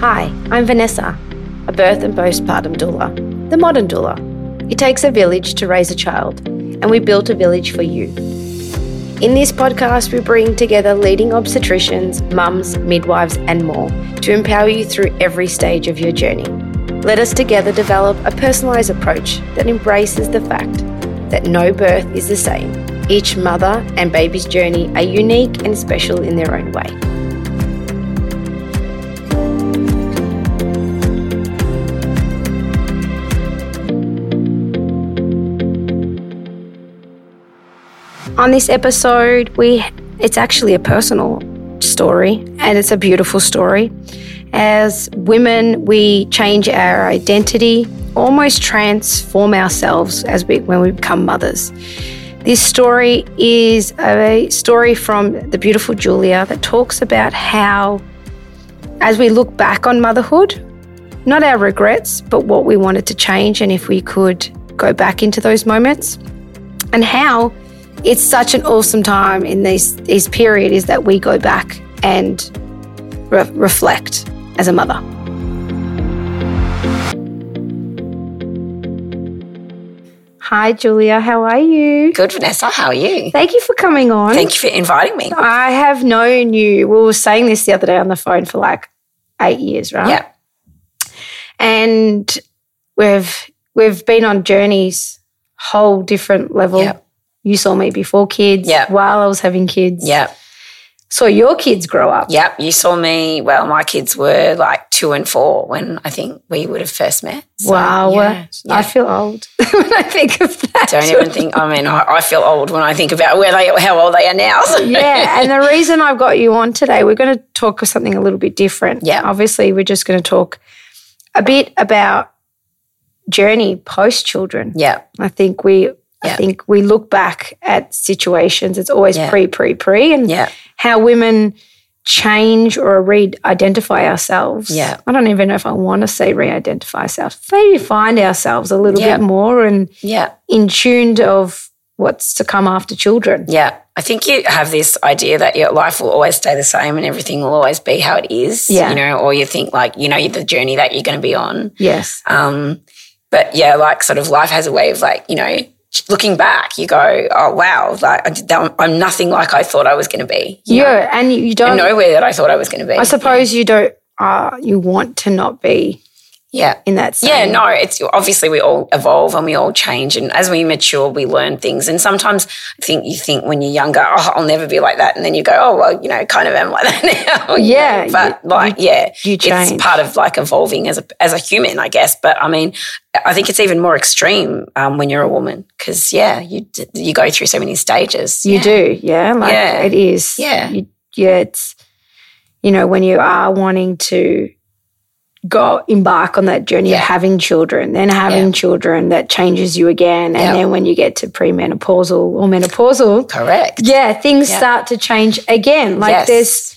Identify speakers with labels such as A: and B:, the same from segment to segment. A: Hi, I'm Vanessa, a birth and postpartum doula, the modern doula. It takes a village to raise a child, and we built a village for you. In this podcast, we bring together leading obstetricians, mums, midwives, and more to empower you through every stage of your journey. Let us together develop a personalised approach that embraces the fact that no birth is the same. Each mother and baby's journey are unique and special in their own way. On this episode, we it's actually a personal story and it's a beautiful story. As women, we change our identity, almost transform ourselves as we when we become mothers. This story is a story from the beautiful Julia that talks about how as we look back on motherhood, not our regrets, but what we wanted to change and if we could go back into those moments and how it's such an awesome time in these these period is that we go back and re- reflect as a mother. Hi, Julia. How are you?
B: Good, Vanessa. How are you?
A: Thank you for coming on.
B: Thank you for inviting me.
A: I have known you. We were saying this the other day on the phone for like eight years, right?
B: Yeah.
A: And we've we've been on journeys, whole different level.
B: Yeah.
A: You saw me before kids,
B: Yeah.
A: while I was having kids.
B: Yep.
A: Saw your kids grow up.
B: Yep. You saw me. Well, my kids were like two and four when I think we would have first met. So,
A: wow.
B: yeah,
A: I
B: yeah.
A: feel old when I think of that.
B: Don't even think. I mean, I, I feel old when I think about where they, how old they are now. So,
A: yeah. And the reason I've got you on today, we're going to talk of something a little bit different.
B: Yeah.
A: Obviously, we're just going to talk a bit about journey post children.
B: yeah.
A: I think we I
B: Yeah.
A: think we look back at situations. It's always
B: Yeah.
A: pre, pre, pre, and
B: Yeah.
A: how women change or re-identify ourselves.
B: Yeah.
A: I don't even know if I want to say re-identify ourselves. Maybe find ourselves a little
B: Yeah.
A: bit more and
B: Yeah.
A: in tuned of what's to come after children.
B: Yeah. I think you have this idea that your life will always stay the same and everything will always be how it is.
A: Yeah.
B: You know, or you think like, you know, the journey that you're going to be on.
A: Yes.
B: Um, but yeah, like sort of life has a way of like, you know, looking back, you go, oh, wow, like I did that, I'm nothing like I thought I was going to be. you know?
A: Yeah, and you- you
B: I'm
A: don't.
B: nowhere that I thought I was going to be.
A: I suppose you don't. Uh, you want to not be
B: Yeah.
A: in that. Same.
B: Yeah, no, it's obviously we all evolve and we all change. And as we mature, we learn things. And sometimes I think you think when you're younger, oh, I'll never be like that. And then you go, oh, well, you know, kind of am like that now. you
A: Yeah,
B: know. But like, yeah,
A: you change.
B: it's part of like evolving as a, as a human, I guess. But I mean, I think it's even more extreme um, when you're a woman because, yeah, you, d- you go through so many stages.
A: You
B: yeah.
A: do. Yeah, like
B: Yeah.
A: it is.
B: Yeah.
A: You, yeah, it's. You know, when you are wanting to go embark on that journey of
B: Yeah.
A: having children, then having
B: Yeah.
A: children, that changes you again, and
B: Yeah.
A: then when you get to premenopausal or menopausal,
B: Correct.
A: yeah, things
B: Yeah.
A: start to change again. Like
B: Yes.
A: there's,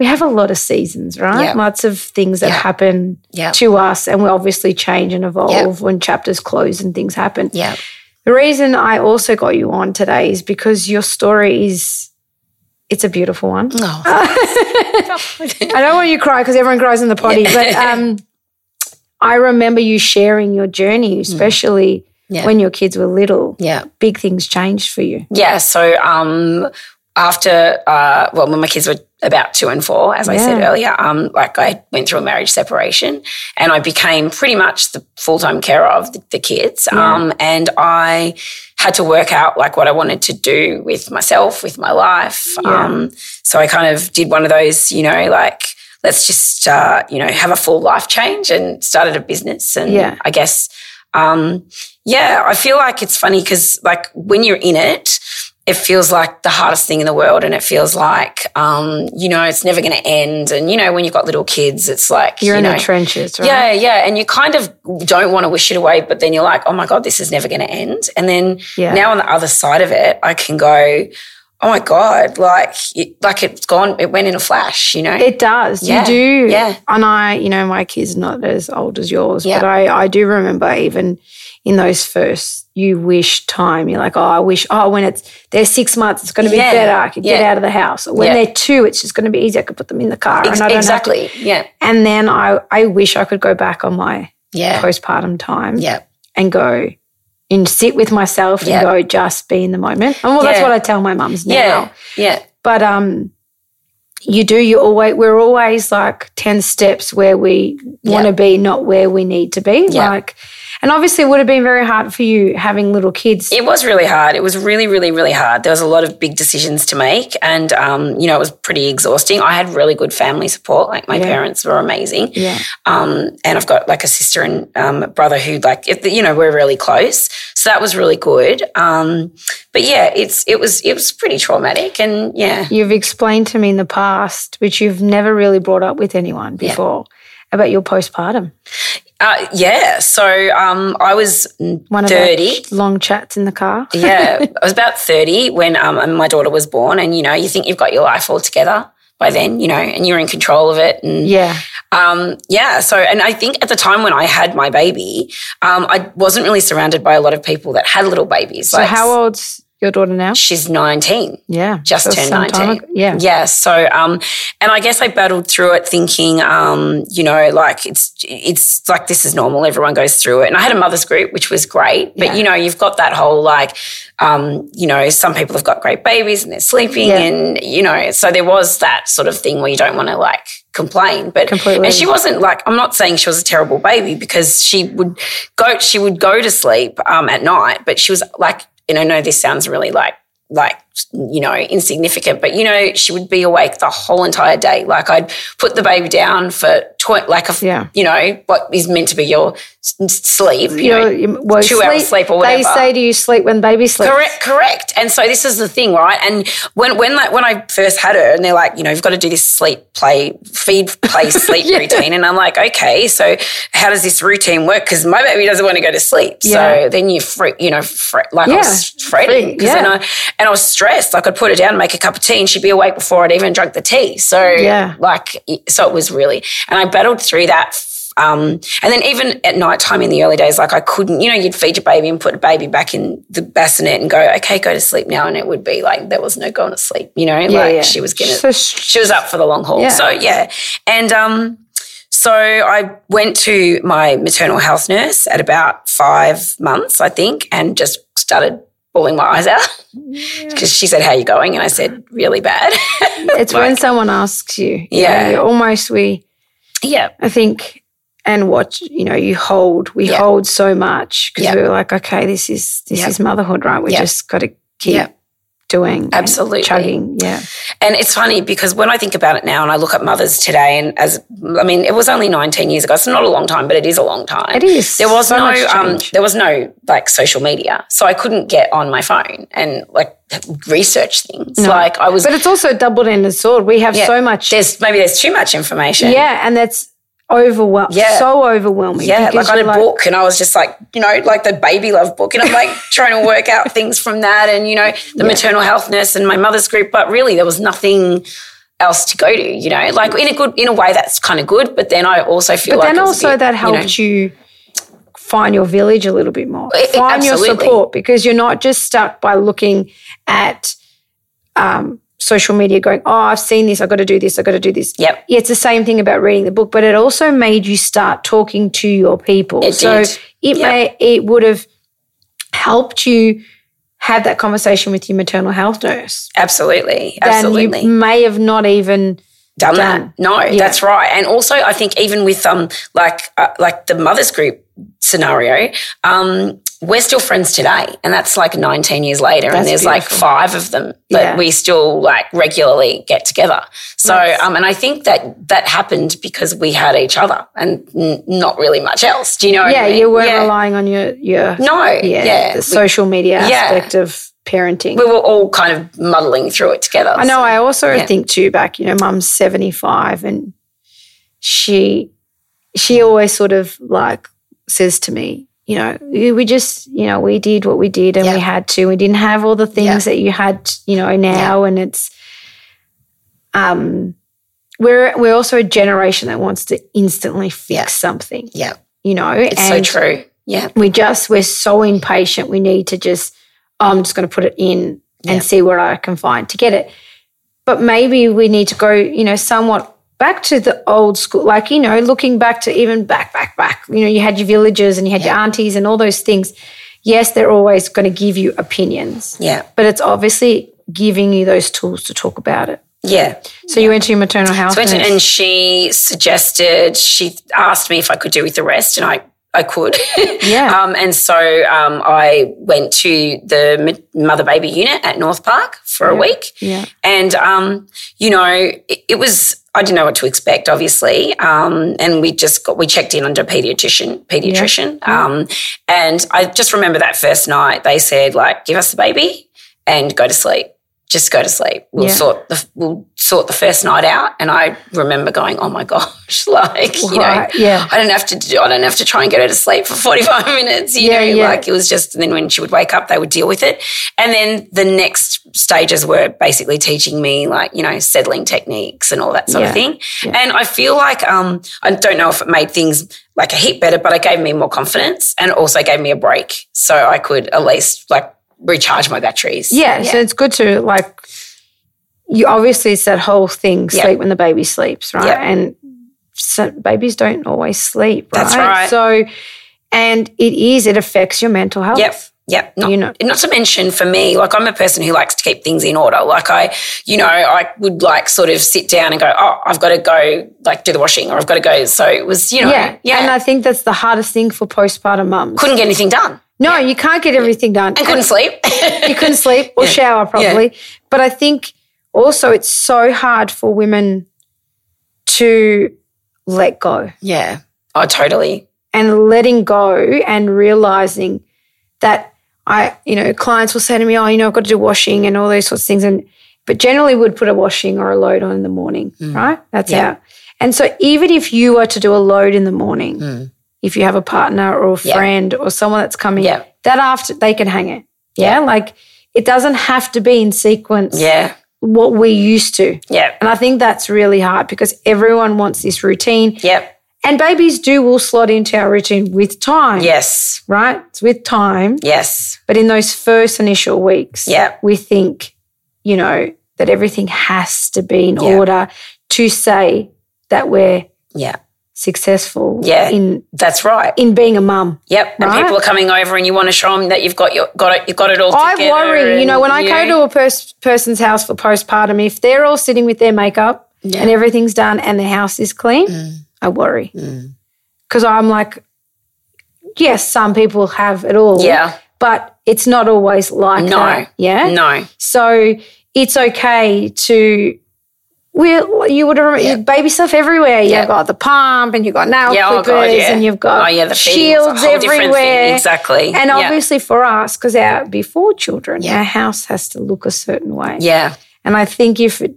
A: we have a lot of seasons, right?
B: Yeah.
A: Lots of things that
B: Yeah.
A: happen
B: Yeah.
A: to us, and we obviously change and evolve when chapters close and things happen.
B: Yeah.
A: The reason I also got you on today is because your story is, it's a beautiful one.
B: Oh.
A: I don't want you to cry because everyone cries in the potty,
B: Yeah.
A: but um, I remember you sharing your journey, especially
B: Mm. Yeah.
A: when your kids were little.
B: yeah.
A: Big things changed for you.
B: Yeah. So um, after, uh, well, when my kids were about two and four, as I said
A: Yeah.
B: earlier, um, like I went through a marriage separation and I became pretty much the full time carer of the, the kids. Um, and I had to work out like what I wanted to do with myself, with my life.
A: Yeah.
B: Um, so I kind of did one of those, you know, like, let's just, uh, you know, have a full life change and started a business. And
A: Yeah.
B: I guess, um, yeah, I feel like it's funny because like when you're in it, it feels like the hardest thing in the world, and it feels like um, you know it's never going to end. And you know when you've got little kids, it's like
A: You're
B: you
A: in
B: know,
A: the trenches, right?
B: yeah, yeah, and you kind of don't want to wish it away, but then you're like, oh my god, this is never going to end. And then
A: Yeah.
B: now on the other side of it, I can go. oh my god, like it, like it's gone. It went in a flash, you know.
A: It does.
B: Yeah,
A: You do.
B: yeah.
A: And I, you know, my kid's not as old as yours,
B: Yeah.
A: but I, I do remember even in those first you wish time, you're like, oh, I wish, oh, when it's they're six months, it's going to be
B: Yeah,
A: better. I can get
B: yeah.
A: out of the house. Or when
B: Yeah.
A: they're two, it's just going to be easier. I could put them in the car.
B: Ex-
A: and I don't Have
B: exactly. Yeah.
A: to, and then I, I wish I could go back on my
B: Yeah.
A: postpartum time
B: Yeah.
A: and go and sit with myself
B: Yeah.
A: and go just be in the moment. And well, that's
B: Yeah.
A: what I tell my mums now.
B: Yeah. Yeah.
A: But um, you do. You always we're always like ten steps where we
B: Yeah.
A: want to be, not where we need to be.
B: Yeah.
A: Like, and obviously, it would have been very hard for you having little kids.
B: It was really hard. It was really, really, really hard. There was a lot of big decisions to make, and um, you know, it was pretty exhausting. I had really good family support. Like my
A: Yeah.
B: parents were amazing.
A: yeah,
B: Um, and I've got like a sister and um, a brother who like if- you know we're really close, so that was really good. Um, but yeah, it's it was it was pretty traumatic, and yeah,
A: you've explained to me in the past, which you've never really brought up with anyone before, about your postpartum.
B: uh, yeah. So um, I was
A: One of
B: thirty.
A: those long chats in the car.
B: yeah, I was about 30 when um, my daughter was born, and you know, you think you've got your life all together by then, you know, and you're in control of it. And
A: Yeah,
B: um, yeah, so, and I think at the time when I had my baby, um, I wasn't really surrounded by a lot of people that had little babies.
A: So how old's your daughter now?
B: She's 19.
A: Yeah,
B: Just
A: so
B: turned
A: some time
B: 19.
A: ago- Yeah,
B: Yeah. So, um, and I guess I battled through it thinking, um, you know, like it's, it's like this is normal. Everyone goes through it. And I had a mother's group, which was great. But,
A: Yeah.
B: you know, you've got that whole like, um, you know, some people have got great babies and they're sleeping.
A: Yeah.
B: And, you know, so there was that sort of thing where you don't want to like, complain but
A: Completely.
B: and she wasn't like i'm not saying she was a terrible baby because she would go she would go to sleep um at night but she was like and i know this sounds really like like you know insignificant but you know she would be awake the whole entire day like i'd put the baby down for tw- like a f-
A: Yeah.
B: you know what is meant to be your s- sleep you know
A: You're- well,
B: two hours sleep or
A: They
B: whatever.
A: say to you, sleep when baby sleeps.
B: Correct, correct. And so this is the thing, right? And when when like when I first had her, and they're like, you know, you've got to do this sleep, play, feed, play, sleep routine, and I'm like, okay, so how does this routine work? Because my baby doesn't want to go to sleep.
A: Yeah.
B: So then you freak, you know, fre- like I was
A: Yeah,
B: fretting
A: freak,
B: because
A: yeah.
B: then I and I was stressed. Like I'd put her down, make a cup of tea, and she'd be awake before I'd even drunk the tea. So
A: Yeah.
B: like so it was really, and I battled through that. Um, and then even at night time in the early days, like I couldn't, you know, you'd feed your baby and put a baby back in the bassinet and go, okay, go to sleep now. And it would be like, there was no going to sleep, you know, like she was going to,
A: So sh-
B: she was up for the long haul.
A: Yeah.
B: So yeah. And um, so I went to my maternal health nurse at about five months, I think, and just started bawling my eyes out because she said, how you going? And I said, really bad.
A: it's when
B: like-
A: someone asks you. you
B: Yeah.
A: know, you almost we,
B: yeah.
A: I think, and what you know, you hold. We
B: Yeah.
A: hold so much because
B: Yeah.
A: we were like, okay, this is this
B: Yeah.
A: is motherhood, right? We
B: Yeah.
A: just got to keep
B: Yeah.
A: doing, and
B: Absolutely.
A: chugging. Yeah,
B: And it's funny because when I think about it now and I look at mothers today, and as I mean, it was only 19 years ago. It's not a long time, but it is a long time.
A: it is.
B: There was
A: so
B: no,
A: much
B: um,
A: change.
B: there was no like social media, so I couldn't get on my phone and like research things. Like I was,
A: but it's also a double-ended sword. We have
B: Yeah.
A: so much.
B: there's maybe there's too much information.
A: Yeah, and that's overwhelming.
B: Yeah.
A: so overwhelming.
B: Yeah,
A: because
B: like I had
A: you're
B: a book and I was just like, you know, like the baby love book. And I'm like trying to work out things from that and, you know, the maternal health nurse and my mother's group. But really, there was nothing else to go to, you know, like in a good, in a way, that's kind of good. But then I also feel
A: But
B: like.
A: then
B: it was a
A: also
B: bit,
A: that
B: you know-
A: helped you, find your village a little bit more.
B: It- it-
A: find your
B: absolutely.
A: support because you're not just stuck by looking at um, social media going, oh, I've seen this, I've got to do this, I've got to do this.
B: Yep.
A: Yeah, it's the same thing about reading the book, but it also made you start talking to your people.
B: It
A: so
B: did.
A: it
B: Yeah.
A: may it would have helped you have that conversation with your maternal health nurse.
B: Absolutely.
A: Then
B: Absolutely.
A: you may have not even
B: done
A: Done.
B: that. No, that's right. And also, I think even with um, like uh, like the mothers group scenario, um, we're still friends today, and that's like 19 years later,
A: That's
B: and there's
A: beautiful.
B: like five of them that
A: Yeah.
B: we still like regularly get together. So, um, and I think that that happened because we had each other and n- not really much else. Do you know? what I
A: Yeah,
B: mean?
A: you weren't
B: Yeah.
A: relying on your your
B: No,
A: yeah,
B: yeah.
A: the social media
B: yeah.
A: aspect of parenting.
B: we were all kind of muddling through it together.
A: I know. I also
B: yeah.
A: think too back. You know, Mum's seventy five, and she she always sort of like says to me, you know, we just, you know, we did what we did and
C: Yeah.
A: we had to. We didn't have all the things that you had, you know, now. And it's, um, we're we're also a generation that wants to instantly fix
C: Yeah.
A: something,
C: Yeah.
A: you know.
B: It's
A: and
B: so true. Yeah.
A: we just we're so impatient. We need to just, oh, I'm just going to put it in
C: Yeah.
A: and see what I can find to get it. But maybe we need to go, you know, somewhat back to the old school, like you know, looking back to even back, back, back. You know, you had your villagers and you had your aunties and all those things. Yes, they're always going to give you opinions,
B: Yeah.
A: but it's obviously giving you those tools to talk about it.
B: Yeah.
A: So you went to your maternal health.
B: So I went to-
A: nurse.
B: and she suggested, she asked me if I could do with the rest, and I, I could.
A: Yeah.
B: um, and so um, I went to the mother baby unit at North Park for a week.
A: yeah.
B: And, um, you know, it, it was, I didn't know what to expect, obviously. Um, and we just got, we checked in under pediatrician, pediatrician.
A: Mm-hmm.
B: Um, and I just remember that first night they said, like, give us the baby and go to sleep. Just go to sleep. We'll
A: Yeah.
B: sort the, we'll sort the first night out. And I remember going, oh my gosh, like, you know,
A: Right, yeah.
B: I don't have to do, I don't have to try and get her to sleep for 45 minutes. You
A: Yeah,
B: know,
A: yeah.
B: like it was just, and then when she would wake up, they would deal with it. And then the next stages were basically teaching me like, you know, settling techniques and all that sort
A: Yeah,
B: of thing.
A: yeah.
B: And I feel like, um, I don't know if it made things like a heap better, but it gave me more confidence and also gave me a break. So I could at least like recharge my batteries.
A: Yeah, so it's good to like you obviously it's that whole thing
B: Yeah.
A: sleep when the baby sleeps, right?
B: Yeah.
A: And so babies don't always sleep, right?
B: That's right.
A: So and it is it affects your mental health.
B: Yep. Yep. Not,
A: You know.
B: not to mention for me, like I'm a person who likes to keep things in order. Like I, you know, I would like sort of sit down and go, oh, I've got to go like do the washing or I've got to go. So it was, you know,
A: Yeah.
B: yeah,
A: And I think that's the hardest thing for postpartum mums.
B: couldn't get anything done
A: No, you can't get everything done.
B: and couldn't sleep.
A: you couldn't sleep or
B: Yeah.
A: shower properly. But I think also it's so hard for women to let go.
C: Yeah.
B: oh, totally.
A: and letting go and realizing that I, you know, clients will say to me, "Oh, you know, I've got to do washing and all those sorts of things," and but generally would put a washing or a load on in the morning, right? That's
B: Mm. Yeah.
A: out. And so even if you were to do a load in the morning, if you have a partner or a
B: Mm. Yeah.
A: friend or someone that's coming,
B: Yeah.
A: that after they can hang it. Yeah, like it doesn't have to be in sequence.
B: Yeah.
A: what we used to.
B: Yeah.
A: And I think that's really hard because everyone wants this routine.
B: Yep.
A: And babies do will slot into our routine with time,
B: Yes.
A: right? It's with time.
B: Yes.
A: But in those first initial weeks,
B: Yeah.
A: we think, you know, that everything has to be in
B: Yeah.
A: order to say that we're
B: Yeah.
A: successful
B: Yeah.
A: in
B: That's right.
A: in being a mum.
B: Yep. And
A: Right.
B: people are coming over and you want to show them that you've got your, got it, you've got it all
A: I
B: together.
A: worry, you know,
B: and,
A: when I
B: you
A: go to a pers- person's house for postpartum, if they're all sitting with their makeup and everything's done and the house is clean,
B: Mm.
A: I worry. Because I'm like, yes, some people have it all.
B: Yeah.
A: But it's not always like
B: No.
A: that. Yeah.
B: No.
A: So it's okay to. Well, you would remember
C: Yeah.
A: baby stuff everywhere.
B: Yeah.
A: You've got the pump, and you've got nail
B: Yeah. Oh
A: clippers,
B: God. Yeah.
A: and you've got
B: oh, yeah, the feeding was a
A: shields
B: whole different thing.
A: everywhere.
B: Exactly.
A: And
B: yeah.
A: obviously for us, because our before children,
C: Yeah.
A: our house has to look a certain way.
B: Yeah.
A: And I think if it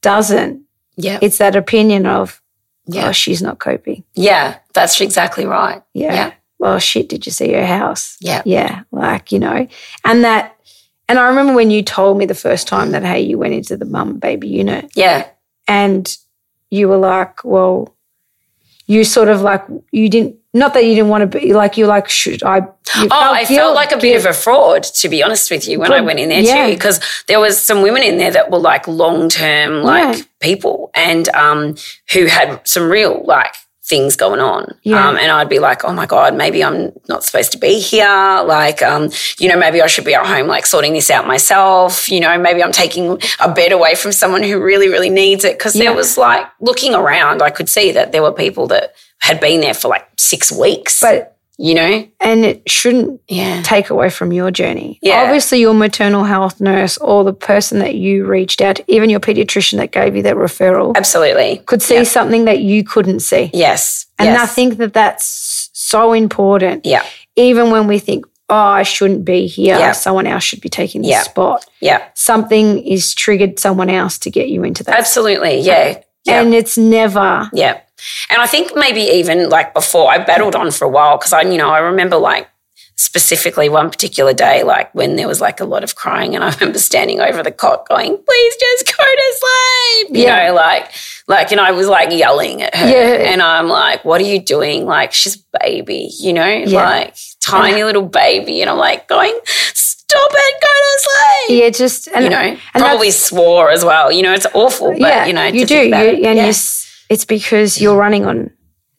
A: doesn't,
C: Yeah.
A: it's that opinion of,
C: Yeah.
A: oh, she's not coping.
B: Yeah. That's exactly right.
A: Yeah.
C: Yeah.
A: Well, shit, did you see her house?
C: Yeah.
A: Yeah. Like, you know, and that, and I remember when you told me the first time that, hey, you went into the mum and baby unit
B: Yeah.
A: and you were like, well, you sort of like, you didn't, not that you didn't want to be like, you're like, should I? you
B: Oh, I
A: guilt-
B: felt like a bit of a fraud, to be honest with you, when I
A: But-
B: went in there
A: yeah.
B: too, because there was some women in there that were like long term, like
A: Yeah.
B: people, and um, who had some real like things going on.
A: Yeah.
B: Um, and I'd be like, oh my god, maybe I'm not supposed to be here. Like, um, you know, maybe I should be at home, like sorting this out myself. You know, maybe I'm taking a bed away from someone who really, really needs it. Because
A: Yeah.
B: there was like looking around, I could see that there were people that had been there for like six weeks.
A: But
B: you know,
A: and it shouldn't
C: Yeah.
A: take away from your journey.
B: Yeah.
A: Obviously, your maternal health nurse or the person that you reached out, to, even your pediatrician that gave you that referral,
B: absolutely.
A: could see something that you couldn't see.
B: Yes.
A: And
B: yes.
A: I think that that's so important,
B: Yeah.
A: even when we think, oh, I shouldn't be here.
B: Yeah.
A: Someone else should be taking this
B: Yeah.
A: spot.
B: Yeah.
A: Something is triggered someone else to get you into that.
B: Absolutely. Yeah. Yeah.
A: and it's never
B: Yeah. And I think maybe even like before I battled on for a while because I, you know, I remember like specifically one particular day, like when there was like a lot of crying and I remember standing over the cot going, please just go to sleep. You
A: Yeah.
B: know, like, like, and I was like yelling at her
A: Yeah.
B: and I'm like, what are you doing? Like she's a baby, you know,
A: Yeah.
B: like tiny little baby. And I'm like going, stop it, go to sleep.
A: yeah just and
B: you know,
A: and
B: probably swore as well. You know, it's awful, but
A: yeah
B: you know,
A: you
B: to
A: do
B: think
A: you,
B: about
A: and
B: it.
A: you
B: yeah.
A: s it's because you're running on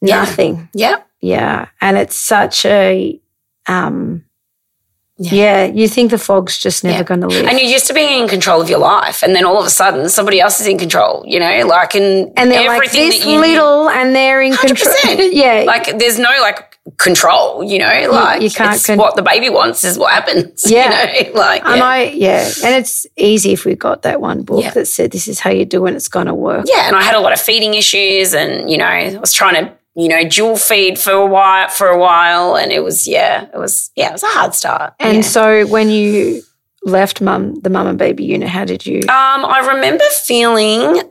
B: Yeah.
A: nothing
B: yeah.
A: Yeah. And it's such a, um, yeah.
B: Yeah.
A: you think the fog's just never
B: Yeah.
A: going to lift.
B: And you're used to being in control of your life, and then all of a sudden, somebody else is in control. You know, like in
A: and they're like
B: everything
A: this
B: that you
A: little and they're in control.
B: 100%.
A: yeah.
B: like. There's no like control. You know, like
A: you can't
B: it's
A: con-
B: what the baby wants is what happens.
A: Yeah.
B: you know, like
A: and
B: yeah.
A: I, yeah. And it's easy if we got that one book
B: Yeah.
A: that said, this is how you do and it's going to work.
B: yeah, and I had a lot of feeding issues, and you know, I was trying to you know dual feed for a while for a while, and it was yeah, it was yeah, it was a hard start.
A: And
B: yeah.
A: so when you left mum, the mum and baby unit, how did you?
B: Um, I remember feeling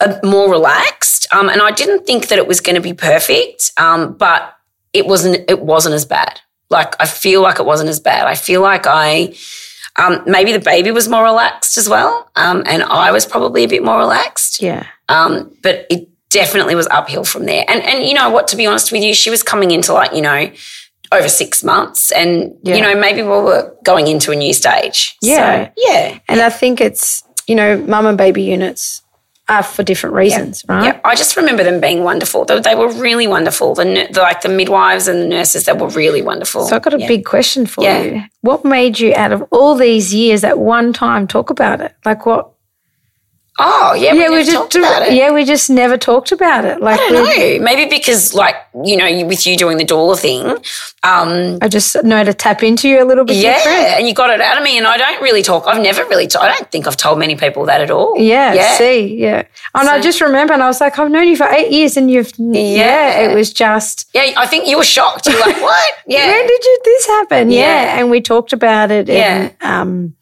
B: uh, more relaxed, um, and I didn't think that it was going to be perfect, um, but it wasn't. It wasn't as bad. Like I feel like it wasn't as bad. I feel like I um, maybe the baby was more relaxed as well, um, and I was probably a bit more relaxed.
A: yeah.
B: Um, but it definitely was uphill from there. And and you know what? To be honest with you, she was coming into like you know over six months, and
A: Yeah.
B: you know maybe we were going into a new stage.
A: Yeah.
B: So, yeah.
A: And I think it's, you know, mum and baby units are for different reasons, right?
B: Yeah, I just remember them being wonderful. They, they were really wonderful. The, nu- the like the midwives and the nurses, they were really wonderful.
A: So I got a
B: Yeah.
A: big question for
B: Yeah.
A: you. What made you, out of all these years, at one time talk about it? Like what?
B: Oh yeah, yeah. We,
A: just
B: just talked about it.
A: yeah, we just never talked about it. Like
B: I don't know. Maybe because like you know, you, with you doing the doula thing, um,
A: I just know to tap into you a little bit
B: yeah,
A: different.
B: and you got it out of me. And I don't really talk. I've never really. I I don't think I've told many people that at all.
A: Yeah,
B: yeah.
A: see, yeah. And I
B: So-
A: just remember, and I was like, I've known you for eight years, and you've, yeah,
B: Yeah.
A: it was just,
B: Yeah, I think you were shocked. You're like, what?
A: when
B: Yeah,
A: did you, this happen? Yeah.
B: Yeah.
A: And we talked about it. And, um,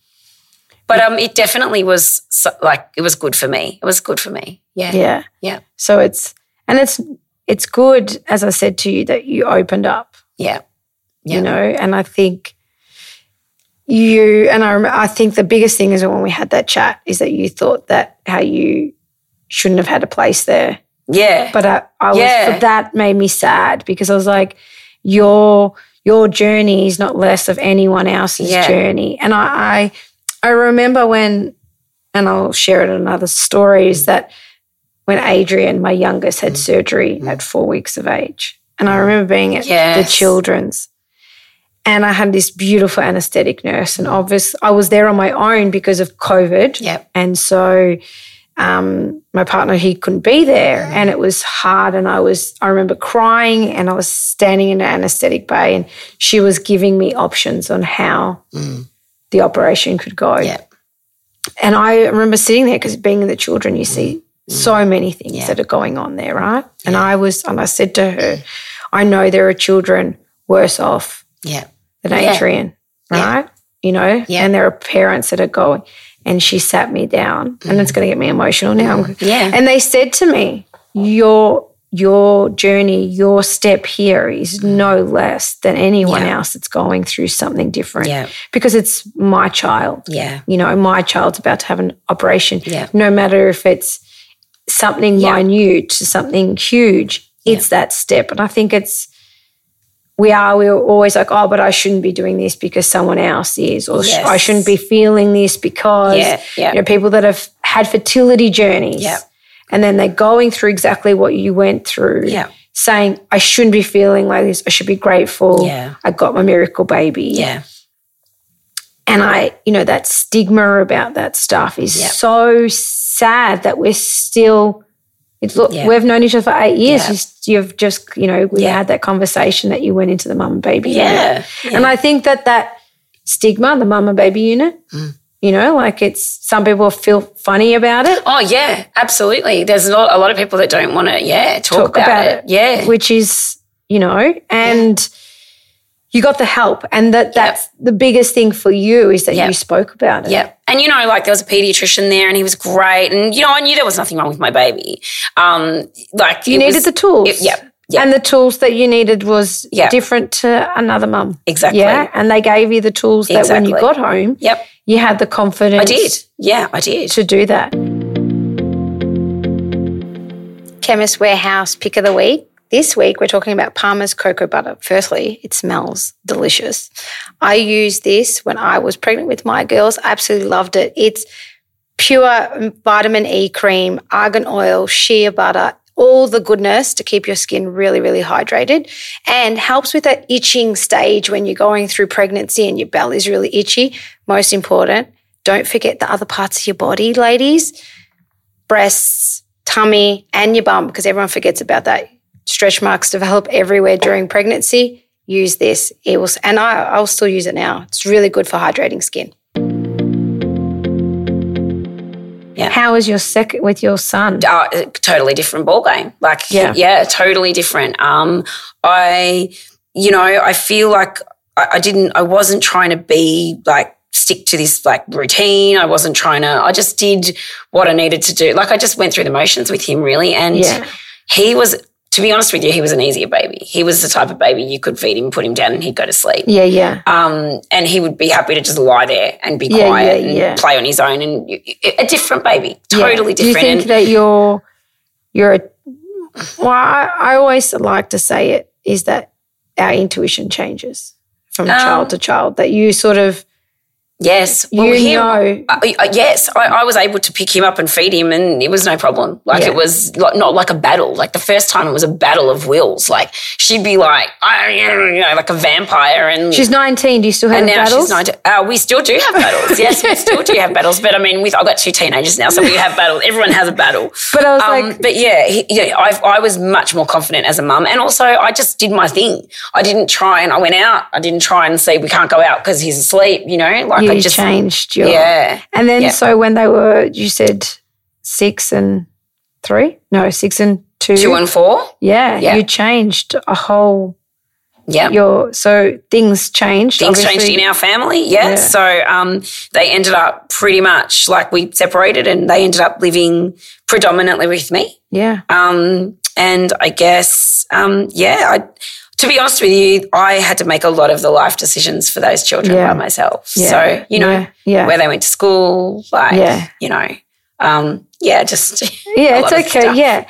B: but um, it definitely was so, like it was good for me. It was good for me. Yeah, yeah,
A: yeah. So it's, and it's, it's good, as I said to you, that you opened up.
B: yeah,
A: you
B: Yeah.
A: know and i think you and i rem- i think the biggest thing is when we had that chat is that you thought that how you shouldn't have had a place there
B: yeah.
A: but i, I was
B: Yeah.
A: but that made me sad because i was like your your journey is not less of anyone else's
B: Yeah.
A: journey and I, I i remember when and i'll share it in another story is that when adrian my youngest
B: Mm.
A: had surgery at four weeks of age and i remember being at the
B: Yes.
A: children's and I had this beautiful anesthetic nurse. And obviously, I was there on my own because of COVID.
B: Yep.
A: And so um, my partner, he couldn't be there. And it was hard. And I was, I remember crying and I was standing in an anesthetic bay and she was giving me options on how the operation could go.
B: Yep.
A: And I remember sitting there because being in the children, you see so many things
B: Yeah.
A: that are going on there, right? And I was, and I said to her, I know there are children worse off
B: Yeah.
A: than
B: Yeah.
A: Adrian,
B: Yeah.
A: right? You know,
B: Yeah.
A: and there are parents that are going. And she sat me down, and
B: Mm.
A: it's going to get me emotional now.
B: Yeah.
A: And they said to me, "Your your journey, your step here is no less than anyone
B: Mm. Yeah.
A: else that's going through something different,
B: Yeah.
A: because it's my child."
B: Yeah.
A: you know, my child's about to have an operation,
B: Yeah.
A: no matter if it's something
B: Yeah.
A: minute to something huge, it's that step. And I think it's, we are, we're always like, oh, but I shouldn't be doing this because someone else is, or sh- I
B: Yes.
A: shouldn't be feeling this because,
B: Yeah, yeah.
A: you know, people that have had fertility journeys
B: Yeah.
A: and then they're going through exactly what you went through.
B: Yeah.
A: Saying, I shouldn't be feeling like this. I should be grateful.
B: Yeah.
A: I got my miracle baby.
B: Yeah.
A: And I, you know, that stigma about that stuff is
B: Yep.
A: so sad that we're still. It's look,
B: Yeah.
A: we've known each other for eight years.
B: Yeah.
A: You s- You've just, you know, we
B: Yeah.
A: had that conversation that you went into the mum and baby. unit.
B: Yeah.
A: And I think that that stigma, the mum and baby unit,
B: Mm.
A: you know, like it's some people feel funny about it,
B: Oh yeah, absolutely. There's a lot, a lot of people that don't want to. Yeah, talk,
A: talk about, it,
B: Yeah,
A: which is, you know, and you got the help and that that's the biggest thing for you is that
B: Yep.
A: you spoke about it
B: Yeah. And, you know, like there was a pediatrician there and he was great. And, you know, I knew there was nothing wrong with my baby. Um, like,
A: you
B: it
A: needed
B: was-
A: the tools
B: it- yep, yep.
A: and the tools that you needed was
B: Yep.
A: different to another mum
B: Exactly.
A: yeah and they gave you the tools that when you
B: Exactly.
A: got home
B: Yep.
A: you had the confidence
B: I did. Yeah, I did.
A: to do that chemist warehouse pick of the week this week we're talking about palmer's cocoa butter firstly it smells delicious i used this when i was pregnant with my girls I absolutely loved it it's pure vitamin E cream, argan oil, shea butter, all the goodness to keep your skin really, really hydrated and helps with that itching stage when you're going through pregnancy and your belly's really itchy. Most important, don't forget the other parts of your body, ladies breasts, tummy, and your bum, because everyone forgets about that. Stretch marks develop everywhere during pregnancy. Use this. It will, and I, I'll still use it now. It's really good for hydrating skin.
B: Yeah.
A: How is your second with your son?
B: uh, a totally different ballgame. Like,
A: Yeah.
B: yeah. totally different. Um, I, you know, I feel like I, I didn't, I wasn't trying to be like, stick to this like routine. I wasn't trying to, I just did what I needed to do. Like, I just went through the motions with him, really. And
A: Yeah.
B: he was, to be honest with you, he was an easier baby. He was the type of baby you could feed him, put him down, and he'd go to sleep.
A: Yeah, yeah.
B: Um, and he would be happy to just lie there and be
A: Yeah,
B: quiet
A: yeah,
B: and
A: yeah.
B: play on his own. And y- y- a different baby,
A: Yeah.
B: totally different.
A: Do you think
B: And-
A: that you're you're a, well, I, I always like to say it is that our intuition changes from
B: Um,
A: child to child. That you sort of
B: Yes.
A: you
B: him-
A: know
B: uh, uh, yes, I, I was able to pick him up and feed him, and it was no problem. Like
A: Yeah.
B: it was lo- not like a battle. Like the first time, it was a battle of wills. Like she'd be like, "Ah," you know, like a vampire, and
A: she's nineteen. Do you still have
B: and now
A: battles?
B: she's not. Uh, we still do have battles. Yes, we still do have battles. But I mean, with I've got two teenagers now, so we have battles. Everyone has a battle.
A: But I was
B: Um,
A: like,
B: but yeah, he, yeah I, I was much more confident as a mum. And also, I just did my thing. I didn't try and I went out. I didn't try and say we can't go out because he's asleep, you know? Like,
A: you
B: I just.
A: changed your
B: Yeah.
A: And then
B: Yeah.
A: so when they were, you said six and three? No, six and two.
B: Two and four.
A: yeah,
B: yeah.
A: you changed a whole
B: Yeah.
A: your so things changed.
B: Things
A: obviously.
B: changed in our family, yeah.
A: Yeah.
B: So um, they ended up pretty much like we separated, and they ended up living predominantly with me.
A: Yeah,
B: Um, and I guess, um, yeah, I, to be honest with you, I had to make a lot of the life decisions for those children
A: Yeah.
B: by myself.
A: yeah.
B: So, you know,
A: yeah, yeah,
B: where they went to school, like,
A: Yeah.
B: you know, um, yeah, just,
A: yeah.
B: a
A: It's
B: lot of
A: okay.
B: stuff.
A: Yeah,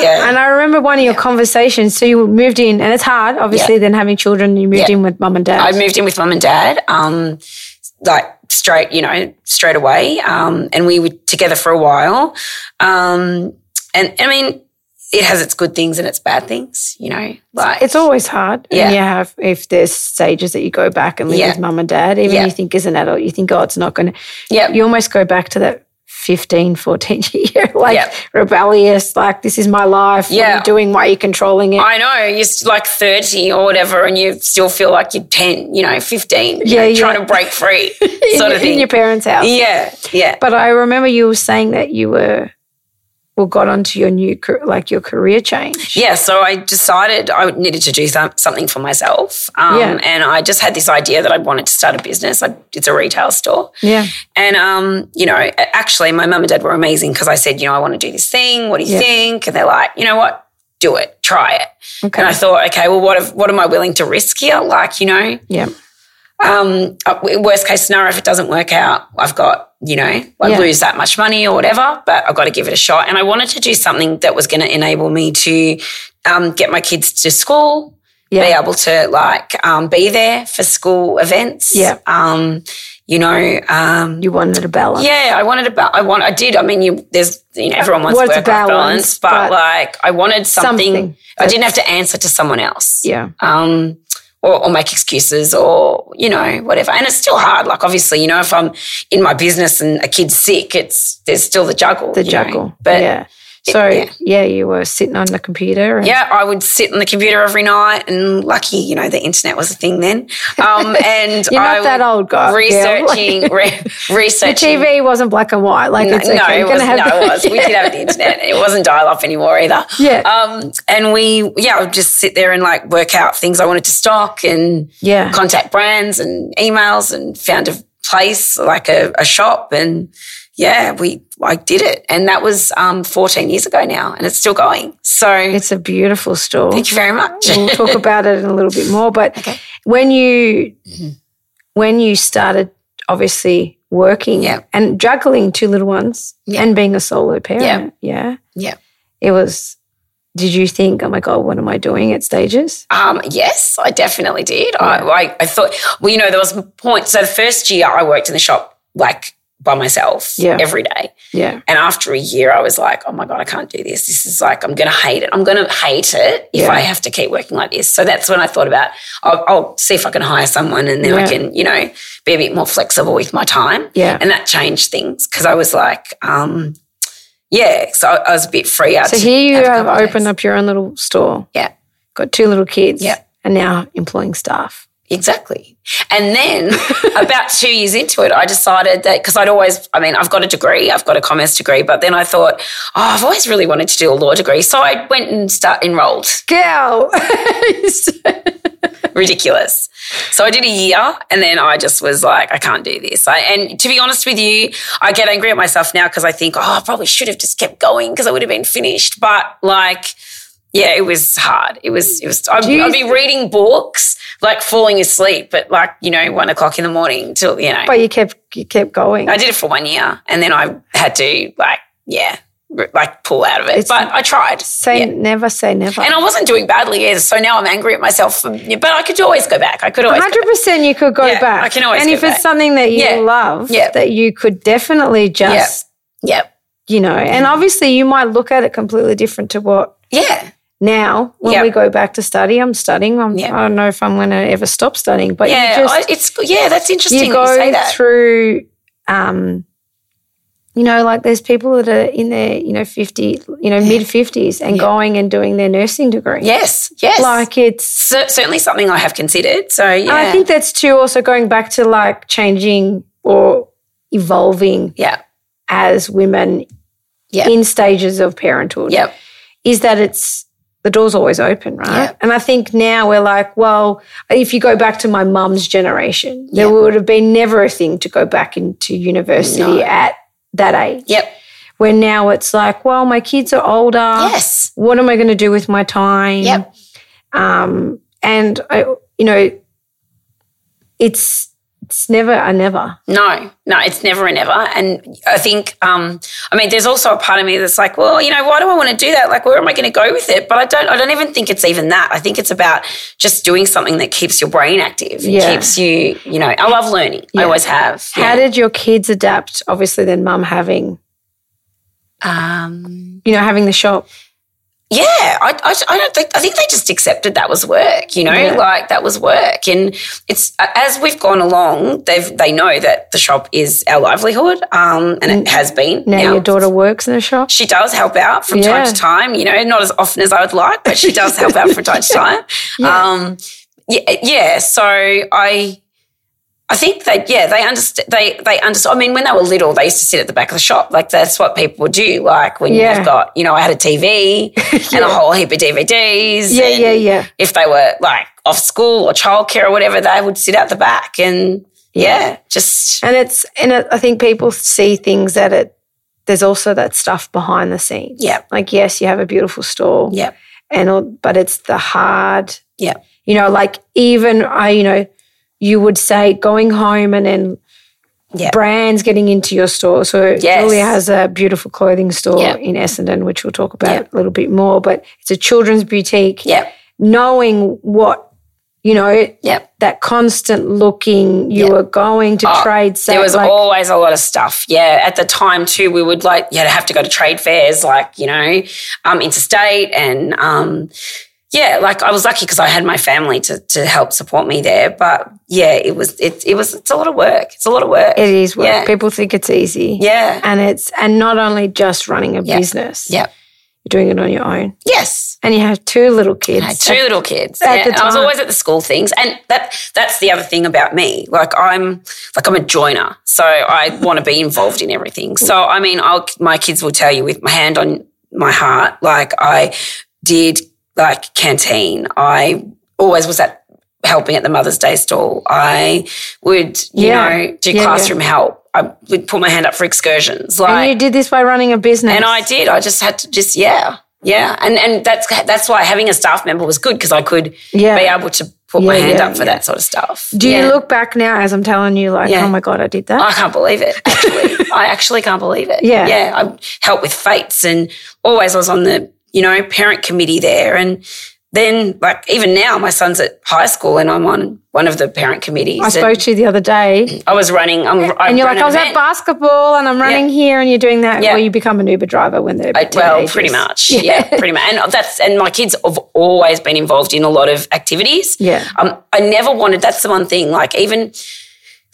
B: yeah.
A: And I remember one of your conversations. So you moved in, and it's hard, obviously. Then having children, you moved
B: Yeah.
A: in with mum and dad.
B: I moved in with mum and dad, um, like straight, you know, straight away. Um, and we were together for a while. Um, and I mean, it has its good things and its bad things, you know, like
A: it's always hard. Yeah.
B: Yeah.
A: you have, if there's stages that you go back and live
B: Yeah.
A: with mum and dad, even
B: Yeah.
A: you think as an adult, you think, oh, it's not going to,
B: yeah,
A: you almost go back to that 15, 14 year, like
B: Yeah.
A: rebellious, like this is my life. What are
B: Yeah.
A: you doing? Why are you controlling it?
B: I know you're s- like 30 or whatever, and you still feel like you're 10, you know, 15,
A: Yeah,
B: yeah,
A: yeah.
B: trying to break free
A: in,
B: sort
A: your-
B: of
A: in
B: thing.
A: your parents' house.
B: yeah, yeah.
A: But I remember you were saying that you were, well, got onto your new, car- like your career change.
B: Yeah, so I decided I needed to do th- something for myself. Um,
A: Yeah.
B: And I just had this idea that I wanted to start a business. I, it's a retail store.
A: Yeah.
B: And, um, you know, a- actually, my mum and dad were amazing because I said, you know, I want to do this thing. What do you
A: Yeah.
B: think? And they're like, you know what? Do it, try it.
A: Okay.
B: And I thought, okay, well, what, if, what am I willing to risk here? Like, you know,
A: yeah.
B: um, uh, worst case scenario, if it doesn't work out, I've got, you know, I
A: Yeah.
B: lose that much money or whatever, but I've got to give it a shot. And I wanted to do something that was going to enable me to um, get my kids to school, be
A: Yeah.
B: able to like um, be there for school events.
A: Yeah.
B: Um, you know, um,
A: You wanted a balance.
B: yeah, I wanted about. I want. I did. I mean, you. There's. You know, everyone wants
A: Well, it's
B: work
A: a
B: life
A: balance,
B: balance, but,
A: but
B: like, I wanted something.
A: something
B: I didn't have to answer to someone else
A: Yeah.
B: um, or, or make excuses or, you know, whatever. And it's still hard. Like, obviously, you know, if I'm in my business and a kid's sick, it's, there's still the juggle.
A: the
B: you know.
A: juggle.
B: But
A: yeah. So yeah. you were sitting on the computer. and-
B: Yeah, I would sit on the computer every night, and lucky, you know, the internet was a thing then. Um, and
A: You're
B: I
A: not that
B: would-
A: old, guy.
B: Researching, re-
A: The
B: researching.
A: TV wasn't black and white. Like
B: No,
A: it's
B: no,
A: okay.
B: it
A: You're
B: was,
A: gonna
B: no,
A: have
B: it
A: the-
B: was. We did have the internet. It wasn't dial up anymore either.
A: Yeah.
B: Um, and we, yeah, I would just sit there and like work out things I wanted to stock and
A: Yeah.
B: contact brands and emails and found a place like a, a shop and yeah, we I did it and that was um, 14 years ago now and it's still going. So
A: It's a beautiful store.
B: thank you very much.
A: we'll talk about it in a little bit more. But
B: Okay. Mm-hmm.
A: when you when you started obviously working
B: Yeah.
A: and juggling two little ones
B: Yeah.
A: and being a solo parent, yeah.
B: Yeah.
A: It was did you think, oh my God, what am I doing at stages?
B: Um, yes, I definitely did. I, I, I thought, well, you know, there was a point. So the first year I worked in the shop like by myself
A: Yeah.
B: every day.
A: Yeah.
B: And after a year, I was like, oh my God, I can't do this. This is like, I'm going to hate it. I'm going to hate it if
A: Yeah.
B: I have to keep working like this. So that's when I thought about, I'll, I'll see if I can hire someone and then
A: Yeah.
B: I can, you know, be a bit more flexible with my time.
A: Yeah.
B: And that changed things because I was like, um, yeah, so I, I was a bit freer.
A: So
B: to
A: here you
B: have a
A: have
B: couple of
A: opened
B: days.
A: up your own little store.
B: Yeah.
A: Got two little kids.
B: Yeah.
A: And now employing staff.
B: Exactly. And then about two years into it, I decided that because I'd always, I mean, I've got a degree, I've got a commerce degree, but then I thought, oh, I've always really wanted to do a law degree. So I went and start enrolled.
A: Girl.
B: Ridiculous. So I did a year and then I just was like, I can't do this. I, and to be honest with you, I get angry at myself now because I think, oh, I probably should have just kept going because I would have been finished. But like, yeah, it was hard. It was, it was, I'd,
A: Do you
B: I'd be reading books, like falling asleep at like, you know, one o'clock in the morning till, you know,
A: but you kept you kept going.
B: I did it for one year and then I had to like, yeah, r- like pull out of it.
A: It's-
B: but I tried.
A: Say
B: Yeah.
A: never say never.
B: And I wasn't doing badly either. So now I'm angry at myself. But I could always go back. I could always. go
A: hundred percent you could go
B: Yeah,
A: back.
B: I can always
A: And
B: go
A: if
B: back.
A: it's something that you
B: Yeah.
A: love,
B: Yeah.
A: that you could definitely just
B: Yeah. Mm.
A: you know, and obviously you might look at it completely different to what
B: Yeah.
A: now when
B: Yeah.
A: we go back to study. I'm studying. I'm,
B: Yeah.
A: I don't know if I'm going to ever stop studying, but
B: Yeah.
A: you just
B: I- it's yeah. That's interesting.
A: you
B: that
A: go
B: you say that.
A: through um you know like there's people that are in their you know 50 you know mid 50s and
B: Yeah.
A: going and doing their nursing degree
B: yes. Yes.
A: like it's
B: Cer- certainly something I have considered. So yeah.
A: i think that's too also going back to like changing or evolving
B: yeah.
A: as women
B: Yeah.
A: in stages of parenthood
B: Yep.
A: is that it's the door's always open, right?
B: Yeah.
A: And I think now we're like, well, if you go back to my mum's generation, there
B: Yeah.
A: would have been never a thing to go back into university
B: No.
A: at that age.
B: Yep.
A: Where now it's like, well, my kids are older.
B: yes.
A: What am I going to do with my time?
B: Yep.
A: Um, and I, you know, it's it's never a never.
B: No, no, it's never and ever. And I think, um, I mean, there's also a part of me that's like, well, you know, why do I want to do that? Like, where am I going to go with it? But I don't, I don't even think it's even that. I think it's about just doing something that keeps your brain active. It
A: Yeah.
B: keeps you, you know, I love learning.
A: Yeah.
B: I always have.
A: How
B: Yeah.
A: did your kids adapt? Obviously, then mum having
B: um,
A: you know having the shop.
B: Yeah, I, I, I don't think I think they just accepted that was work, you know,
A: Yeah.
B: like that was work, and it's as we've gone along, they've they know that the shop is our livelihood, um, and it has been.
A: Mm. Now your daughter works in a shop.
B: she does help out from
A: Yeah.
B: time to time, you know, not as often as I would like, but she does help out from time to time.
A: Yeah.
B: Um, yeah, yeah. So I, I think that yeah, they understand. They they understand. I mean, when they were little, they used to sit at the back of the shop. Like that's what people would do. Like when
A: Yeah.
B: you've got, you know, I had a TV and a whole heap of DVDs.
A: Yeah,
B: and
A: yeah, yeah.
B: If they were like off school or childcare or whatever, they would sit out the back and yeah, just
A: And it's and it, I think people see things that it there's also that stuff behind the scenes.
B: yeah,
A: Like yes, you have a beautiful store,
B: yeah,
A: and all, but it's the hard.
B: Yeah.
A: You know, like even I, you know, you would say going home and then
B: Yeah.
A: brands getting into your store. So
B: Yes.
A: Julia has a beautiful clothing store
B: Yeah.
A: in Essendon, which we'll talk about
B: Yeah.
A: a little bit more. But it's a children's boutique.
B: yeah,
A: Knowing what you know,
B: yeah.
A: that constant looking you
B: Yeah.
A: were going to
B: Oh,
A: trade sale.
B: there was
A: like,
B: always a lot of stuff. Yeah, at the time too, we would like yeah have to go to trade fairs, like you know, um, interstate and um, yeah, like I was lucky because I had my family to to help support me there. But yeah, it was it it was it's a lot of work. It's a lot of work.
A: It is work.
B: Yeah.
A: People think it's easy.
B: yeah,
A: And it's and not only just running a business.
B: yeah,
A: doing it on your own.
B: Yes.
A: And you have two little kids.
B: I had two little kids.
A: at the
B: Yeah, I was
A: time.
B: always at the school things, and that that's the other thing about me. Like I'm like I'm a joiner, so I want to be involved in everything. So I mean, I'll, my kids will tell you with my hand on my heart, like I did like canteen. I always was at helping at the Mother's Day stall. I would you
A: Yeah.
B: know do
A: Yeah, yeah.
B: classroom help. I would put my hand up for excursions. Like
A: And you did this by running a business.
B: and I did. I just had to just yeah, yeah. And and that's that's why having a staff member was good because I could
A: Yeah.
B: be able to put my
A: Yeah,
B: hand
A: yeah,
B: up for that sort of stuff.
A: Do
B: Yeah.
A: you look back now as I'm telling you, like,
B: Yeah.
A: oh my God, I did that?
B: I can't believe it. Actually, I actually can't believe it.
A: Yeah.
B: yeah. I helped with fates and always was on the you know parent committee there and. Then, like even now, my son's at high school, and I'm on one of the parent committees.
A: I
B: and
A: spoke to you the other day,
B: I was running. I'm, I
A: and you're
B: run
A: like,
B: an
A: I was
B: event.
A: at basketball and I'm running here, and you're doing that,
B: Yeah.
A: or you become an Uber driver when they're.
B: I, well,
A: teenagers.
B: pretty much. Yeah. pretty much. And that's and my kids have always been involved in a lot of activities.
A: Yeah.
B: Um, I never wanted. That's the one thing. Like even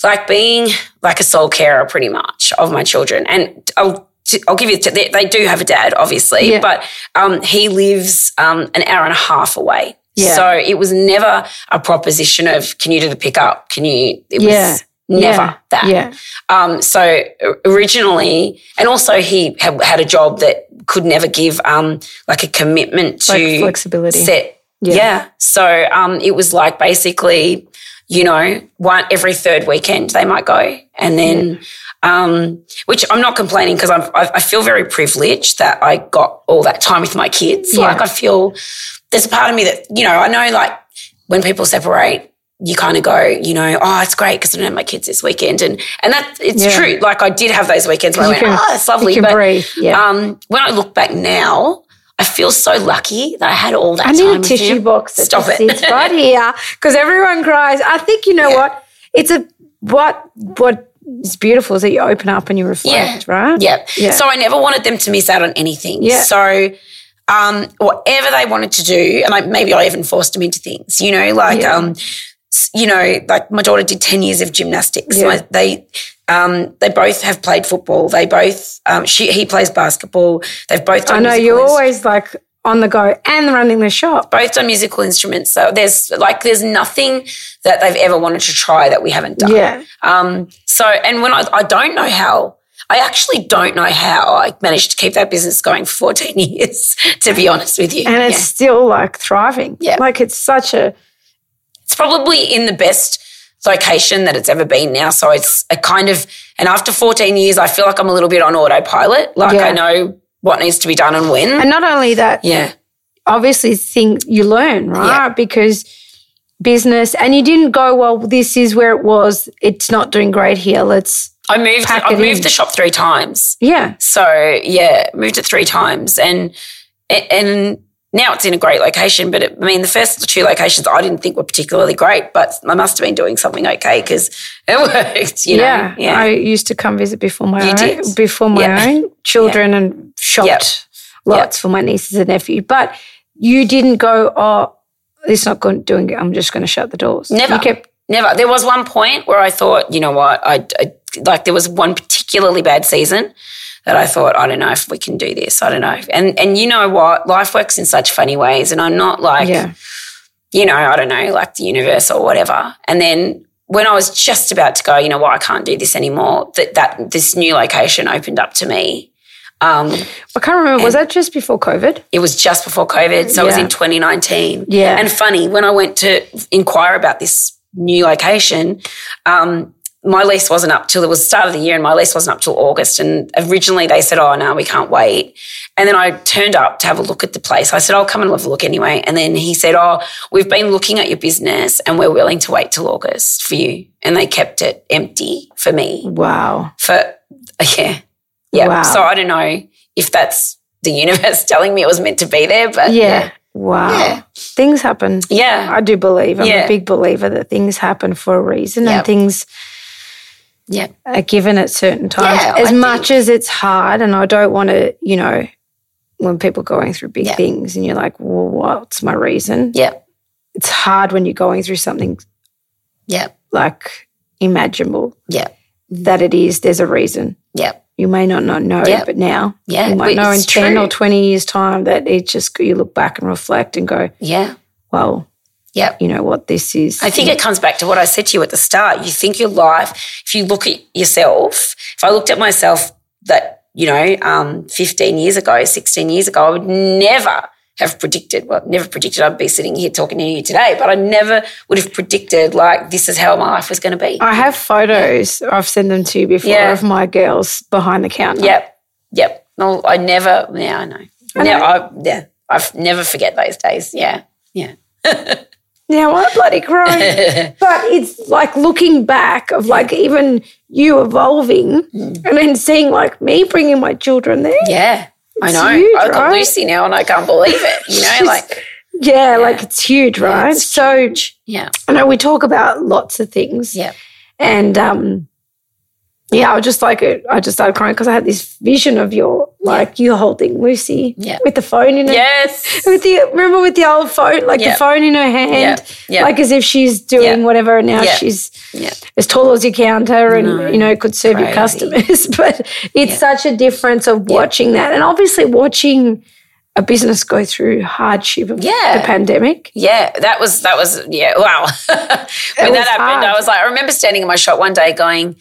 B: like being like a sole carer, pretty much of my children, and I'll. I'll give you. They, they do have a dad, obviously,
A: Yeah.
B: but um, he lives um, an hour and a half away.
A: Yeah.
B: So it was never a proposition of can you do the pickup? Can you? It
A: Yeah.
B: was never
A: Yeah.
B: that.
A: Yeah.
B: Um, so o- originally, and also he had, had a job that could never give um, like a commitment to
A: Like flexibility.
B: set.
A: Yeah.
B: Yeah. So um, it was like basically, you know, one every third weekend they might go, and then, um, which I'm not complaining because I I feel very privileged that I got all that time with my kids.
A: Yeah.
B: Like I feel there's a part of me that you know I know like when people separate you kind of go, you know, oh, it's great because I don't have my kids this weekend, and and that it's
A: Yeah.
B: true. Like I did have those weekends where I
A: You
B: went,
A: can-
B: oh, it's lovely.
A: you can
B: but
A: breathe. Yeah.
B: um, when I look back now, I feel so lucky that I had all that.
A: I
B: time
A: need a
B: with
A: tissue
B: you.
A: box that
B: Stop
A: just
B: it.
A: sits right here because everyone cries. I think you know what? It's a what what is beautiful is that you open up and you reflect, right?
B: Yeah.
A: Yeah.
B: So I never wanted them to miss out on anything.
A: Yeah.
B: So um, whatever they wanted to do, and I, maybe I even forced them into things, you know, like,
A: Yeah.
B: um, s- you know, like my daughter did 10 years of gymnastics.
A: Yeah.
B: My- they, um, they both have played football. They both, um, she, he plays basketball. They've both done
A: I know
B: musical
A: you're
B: instruments.
A: always like on the go and running the shop.
B: both done musical instruments. So there's like there's nothing that they've ever wanted to try that we haven't done.
A: Yeah.
B: Um, so and when I, I don't know how. I actually don't know how I managed to keep that business going for 14 years, to be honest with you.
A: And it's
B: Yeah.
A: still like thriving.
B: Yeah.
A: Like it's such a
B: it's probably in the best location that it's ever been now. So it's a kind of, and after 14 years, I feel like I'm a little bit on autopilot. Like
A: Yeah.
B: I know what needs to be done and when.
A: and not only that,
B: yeah.
A: obviously things you learn, right?
B: Yeah.
A: Because business and you didn't go, well, this is where it was. It's not doing great here. Let's
B: I moved,
A: Pack
B: I
A: it in.
B: moved the shop three times.
A: yeah.
B: So yeah, moved it three times, and and now it's in a great location. But it, I mean, the first two locations I didn't think were particularly great, but I must have been doing something okay because it worked. You
A: yeah.
B: know, yeah,
A: I used to come visit before my
B: You
A: own,
B: did?
A: before my
B: Yeah.
A: own children and shopped
B: Yep.
A: lots for my nieces and nephew. But you didn't go, oh, it's not going doing. I'm just going to shut the doors.
B: Never.
A: You kept
B: never. There was one point where I thought, you know what, I, I like there was one particularly bad season. That I thought, I don't know if we can do this. I don't know, and and you know what, life works in such funny ways, and I'm not like,
A: yeah.
B: you know, I don't know, like the universe or whatever. And then when I was just about to go, you know what, I can't do this anymore, that, that this new location opened up to me. Um,
A: I can't remember. Was that just before COVID?
B: it was just before COVID. So it was
A: Yeah.
B: in 2019.
A: Yeah.
B: And funny, when I went to inquire about this new location, um, my lease wasn't up till it was the start of the year and my lease wasn't up till August. And originally they said, Oh, no, we can't wait. And then I turned up to have a look at the place. I said, I'll come and have a look anyway. And then he said, Oh, we've been looking at your business and we're willing to wait till August for you. And they kept it empty for me
A: Wow.
B: for yeah yeah
A: Wow.
B: so i don't know if that's the universe telling me it was meant to be there but
A: Uh, Yeah. Wow.
B: Yeah.
A: Things happen.
B: yeah
A: I do believe. I'm a
B: Yeah.
A: big believer that things happen for a reason and
B: Yep.
A: things
B: yeah
A: are given at certain times.
B: Yeah,
A: as
B: I
A: much as it's hard, and I don't want to, you know, when people are going through big
B: Yeah.
A: things and you're like, well, what's my reason?
B: yeah
A: It's hard when you're going through something
B: yeah
A: like imaginable
B: yeah
A: that it is, there's a reason.
B: yeah
A: you may not not know,
B: Yeah.
A: but now
B: Yeah,
A: you might know in
B: it's
A: ten or
B: true.
A: twenty years' time that it just you look back and reflect and go,
B: Yeah.
A: well,
B: Yep.
A: you know what this is.
B: I think it comes back to what I said to you at the start. You think your life, if you look at yourself, if I looked at myself that, you know, um, 15 years ago, 16 years ago, I would never have predicted, well, never predicted I'd be sitting here talking to you today, but I never would have predicted, like, this is how my life was going to be.
A: I have photos. I've sent them to you before
B: Yeah.
A: of my girls behind the counter.
B: Yep. Yep. No, I never, yeah, I know. Yeah, I, yeah. I've never forget those days. Yeah. Yeah.
A: Now I bloody grown. But it's like looking back of like even you evolving
B: Mm.
A: and then seeing like me bringing my children there.
B: yeah. I
A: It's
B: know.
A: huge,
B: I've got
A: right?
B: Lucy now and I can't believe it. You know, like,
A: Yeah, like it's huge, right?
B: it's
A: so
B: yeah.
A: I know we talk about lots of things.
B: Yeah.
A: And um yeah, I was just like I just started crying because I had this vision of your like you holding Lucy
B: Yeah.
A: with the phone in her
B: Yes.
A: with the remember with the old phone, like
B: Yeah.
A: the phone in her hand,
B: Yeah. Yeah.
A: like as if she's doing
B: Yeah.
A: whatever. And now
B: Yeah.
A: she's
B: Yeah.
A: as tall as your counter, and
B: No.
A: you know could serve your
B: Crazy.
A: customers. but it's such a difference of watching that, and obviously watching a business go through hardship of
B: Yeah.
A: the pandemic.
B: Yeah, that was that was yeah. Wow, when that
A: was
B: happened,
A: hard.
B: I was like, I remember standing in my shop one day going,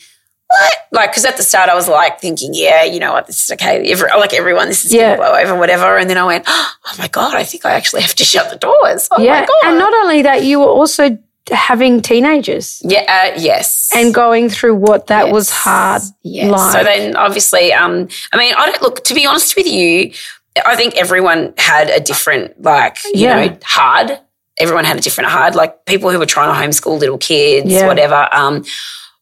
B: "What?" Like, because at the start I was like thinking, "Yeah, you know what, this is okay. Every, like everyone, this is
A: Yeah.
B: gonna blow over, whatever." And then I went, "Oh my god, I think I actually have to shut the doors." Oh
A: yeah,
B: my god.
A: and not only that, you were also having teenagers
B: yeah. Uh, yes.
A: and going through what that was
B: Yes.
A: hard.
B: Yes.
A: life.
B: So then obviously, um, I mean, I don't look, to be honest with you, I think everyone had a different, like, you
A: Yeah.
B: know, hard. Everyone had a different hard, like people who were trying to homeschool little kids,
A: Yeah.
B: whatever. Um,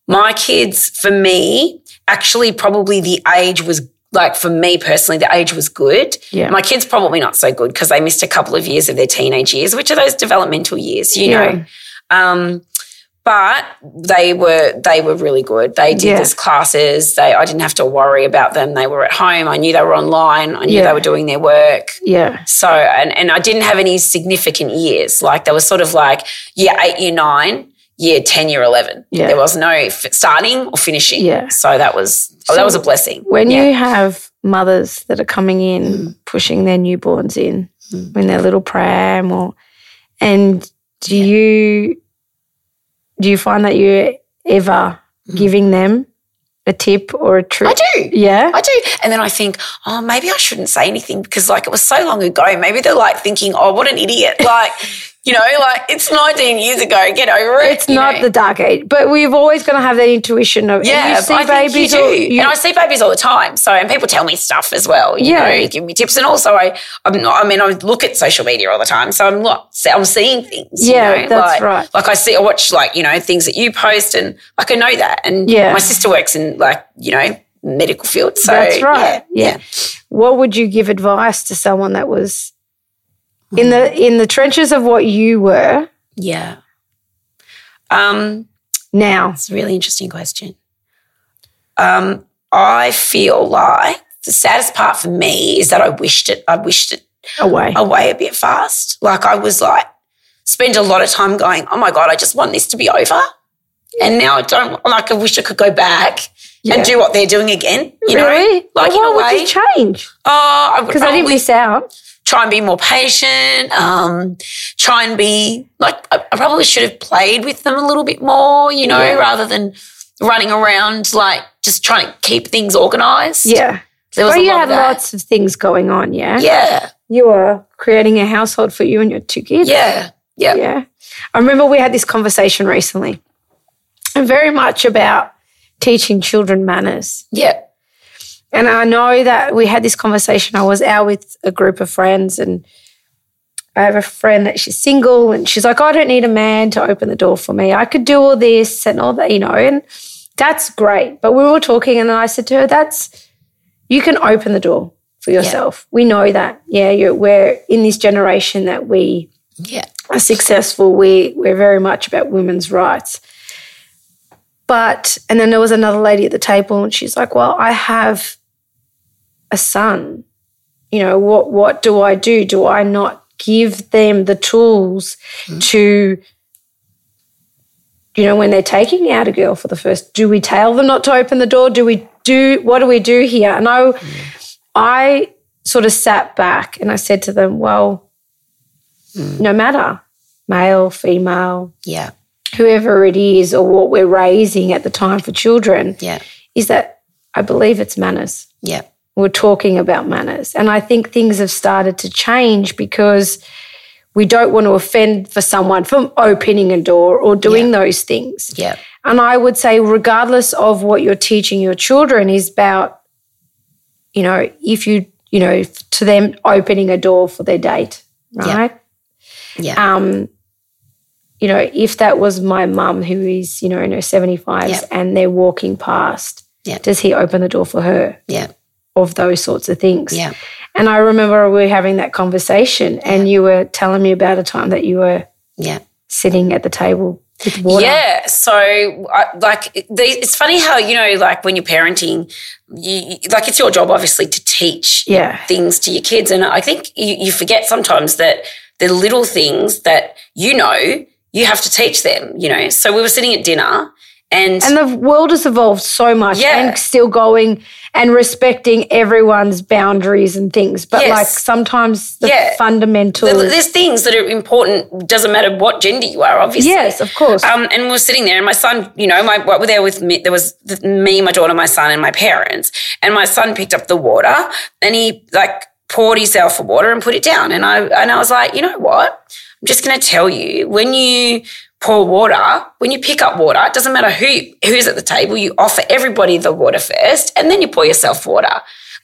B: my kids, for me, actually probably the age was like for me personally, the age was good.
A: Yeah.
B: My kids probably not so good because they missed a couple of years of their teenage years, which are those developmental years, you
A: Yeah.
B: know. Um, but they were they were really good. They did
A: Yeah.
B: these classes. They I didn't have to worry about them. They were at home. I knew they were online. I knew
A: Yeah.
B: they were doing their work.
A: Yeah,
B: So and and I didn't have any significant years. Like they were sort of like year eight, year nine, year ten, year eleven.
A: Yeah.
B: There was no f- starting or finishing.
A: Yeah.
B: So that was oh, that was a blessing.
A: when
B: Yeah.
A: you have mothers that are coming in pushing their newborns in
B: Mm.
A: when they're little pram or and do you do you find that you're ever giving them a tip or a trick
B: Mm. I do.
A: yeah
B: I do. And then I think, oh, maybe I shouldn't say anything because, like, it was so long ago. Maybe they're like thinking, oh, what an idiot. Like, you know, like it's 19 years ago. Get over it.
A: it's not the dark age but we've always going to have that intuition of and
B: Yeah,
A: you see
B: but I think
A: babies
B: you do.
A: or you-
B: and I see babies all the time. So, and people tell me stuff as well. You
A: Yeah.
B: know, you give me tips, and also I, I'm not, I mean, I look at social media all the time, so I'm not, I'm seeing things. you
A: Yeah,
B: know,
A: that's
B: like,
A: right.
B: Like I see, I watch like you know things that you post, and like I know that. And
A: Yeah.
B: my sister works in like you know medical field, so
A: that's
B: yeah,
A: right yeah. what would you give advice to someone that was in the in the trenches of what you were
B: yeah. Um,
A: now
B: It's a really interesting question. Um, I feel like the saddest part for me is that I wished it. I wished it
A: away
B: away a bit fast. Like I was like, spend a lot of time going, oh my god, I just want this to be over, and now I don't. Like I wish I could go back
A: Yeah.
B: and do what they're doing again. You
A: really
B: know, like
A: what
B: in a way.
A: would you change
B: oh, I would
A: because I didn't
B: probably
A: miss out
B: try and be more patient. Um, try and be like I, I probably should have played with them a little bit more, you know,
A: Yeah.
B: rather than running around like just trying to keep things organized.
A: yeah
B: there was
A: well,
B: a
A: you
B: lot
A: had
B: of that.
A: lots of things going on, yeah?
B: Yeah,
A: You were creating a household for you and your two kids.
B: yeah, yeah, yeah,
A: Yeah. I remember we had this conversation recently and very much about teaching children manners.
B: yeah,
A: And I know that we had this conversation. I was out with a group of friends and I have a friend that she's single and she's like, "Oh, I don't need a man to open the door for me. I could do all this and all that, you know, and that's great. But we were talking and I said to her, that's, you can open the door for yourself. We know that. Yeah. You're, we're in this generation that we
B: yeah,
A: are successful. We, we're very much about women's rights. But, and then there was another lady at the table and she's like, well, I have a son. You know, what, what do I do? Do I not give them the tools to, you know, when they're taking out a girl for the first, do we tell them not to open the door? Do we do what do we do here? And I I sort of sat back and I said to them, well, no matter male, female,
B: Mm. Yeah.
A: whoever it is or what we're raising at the time for children
B: Yeah.
A: is that I believe it's manners.
B: Yeah.
A: We're talking about manners. And I think things have started to change because we don't want to offend for someone from opening a door or doing those things.
B: Yeah.
A: And I would say, regardless of what you're teaching your children, is about, you know, if you, you know, f- to them opening a door for their date,
B: Yeah.
A: right?
B: Yeah.
A: Um, you know, if that was my mum who is, you know, in her 75s
B: Yeah.
A: and they're walking past,
B: Yeah.
A: does he open the door for her
B: Yeah.
A: of those sorts of things?
B: Yeah.
A: And I remember we were having that conversation and you were telling me about a time that you were
B: Yeah.
A: sitting at the table with water.
B: Yeah. So, I, like, it- they, it's funny how, you know, like when you're parenting, you, you- like, it's your job, obviously, to teach
A: Yeah.
B: things to your kids. And I think you, you forget sometimes that the little things that you know, you have to teach them, you know. So, we were sitting at dinner and,
A: And the world has evolved so much
B: Yeah.
A: and still going and respecting everyone's boundaries and things. But
B: Yes.
A: like sometimes the
B: Yeah.
A: fundamental.
B: there- there's things that are important, doesn't matter what gender you are, obviously.
A: yes, of course.
B: Um, and we were sitting there, and my son, you know, my what were there with me? There was th- me, my daughter, my son, and my parents. And my son picked up the water, and he like poured himself a water and put it down. And I and I was like, you know what? I'm just going to tell you when you pour water, when you pick up water, it doesn't matter who who's at the table. You offer everybody the water first, and then you pour yourself water.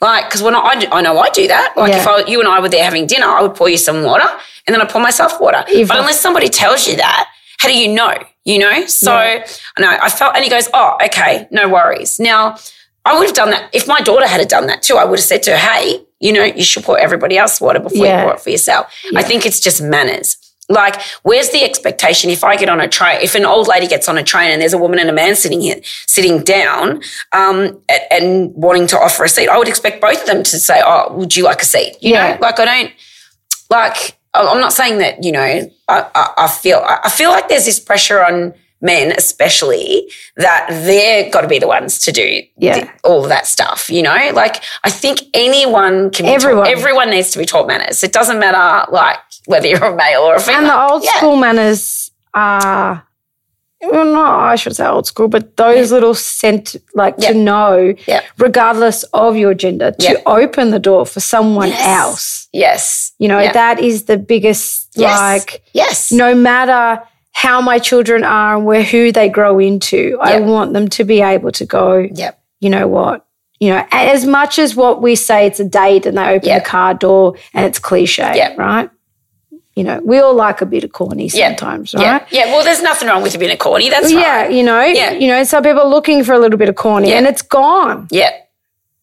B: Like, because when I, I, do, I know I do that. Like,
A: Yeah.
B: if I, you and I were there having dinner, I would pour you some water, and then I pour myself water.
A: If
B: but
A: I-
B: unless somebody tells you that, how do you know? You know? So
A: Yeah.
B: and I, I felt and he goes, Oh, okay, no worries. Now I would have done that if my daughter had have done that too, I would have said to her, Hey, you know, you should pour everybody else water before
A: Yeah.
B: you pour it for yourself. I think it's just manners. Like, where's the expectation if I get on a train, if an old lady gets on a train and there's a woman and a man sitting here, sitting down, um, and, and wanting to offer a seat, I would expect both of them to say, Oh, would you like a seat? You
A: Yeah.
B: know, like I don't, like I- I'm not saying that you know I, I, I feel I I feel like there's this pressure on men especially that they're got to be the ones to do
A: Yeah.
B: th- all of that stuff you know like I think anyone can be
A: Everyone.
B: taught, everyone needs to be taught manners it doesn't matter like whether you're a male or a female
A: and the old
B: Yeah.
A: school manners are, well, not I should say old school, but those little sent like
B: Yeah.
A: to know,
B: Yeah.
A: regardless of your gender, to
B: Yeah.
A: open the door for someone
B: Yes.
A: else.
B: yes
A: You know,
B: Yeah.
A: that is the biggest,
B: Yes.
A: like,
B: yes
A: no matter how my children are and where who they grow into, I
B: Yeah.
A: want them to be able to go,
B: yep
A: you know what? You know, a- as much as what we say it's a date and they open
B: Yeah.
A: the car door and it's cliche,
B: Yeah.
A: right? You know, we all like a bit of corny
B: Yeah.
A: sometimes,
B: yeah
A: right?
B: yeah well there's nothing wrong with you being a corny that's
A: Yeah,
B: right
A: you know,
B: Yeah.
A: you know, some people are looking for a little bit of corny
B: Yeah.
A: and it's gone.
B: yeah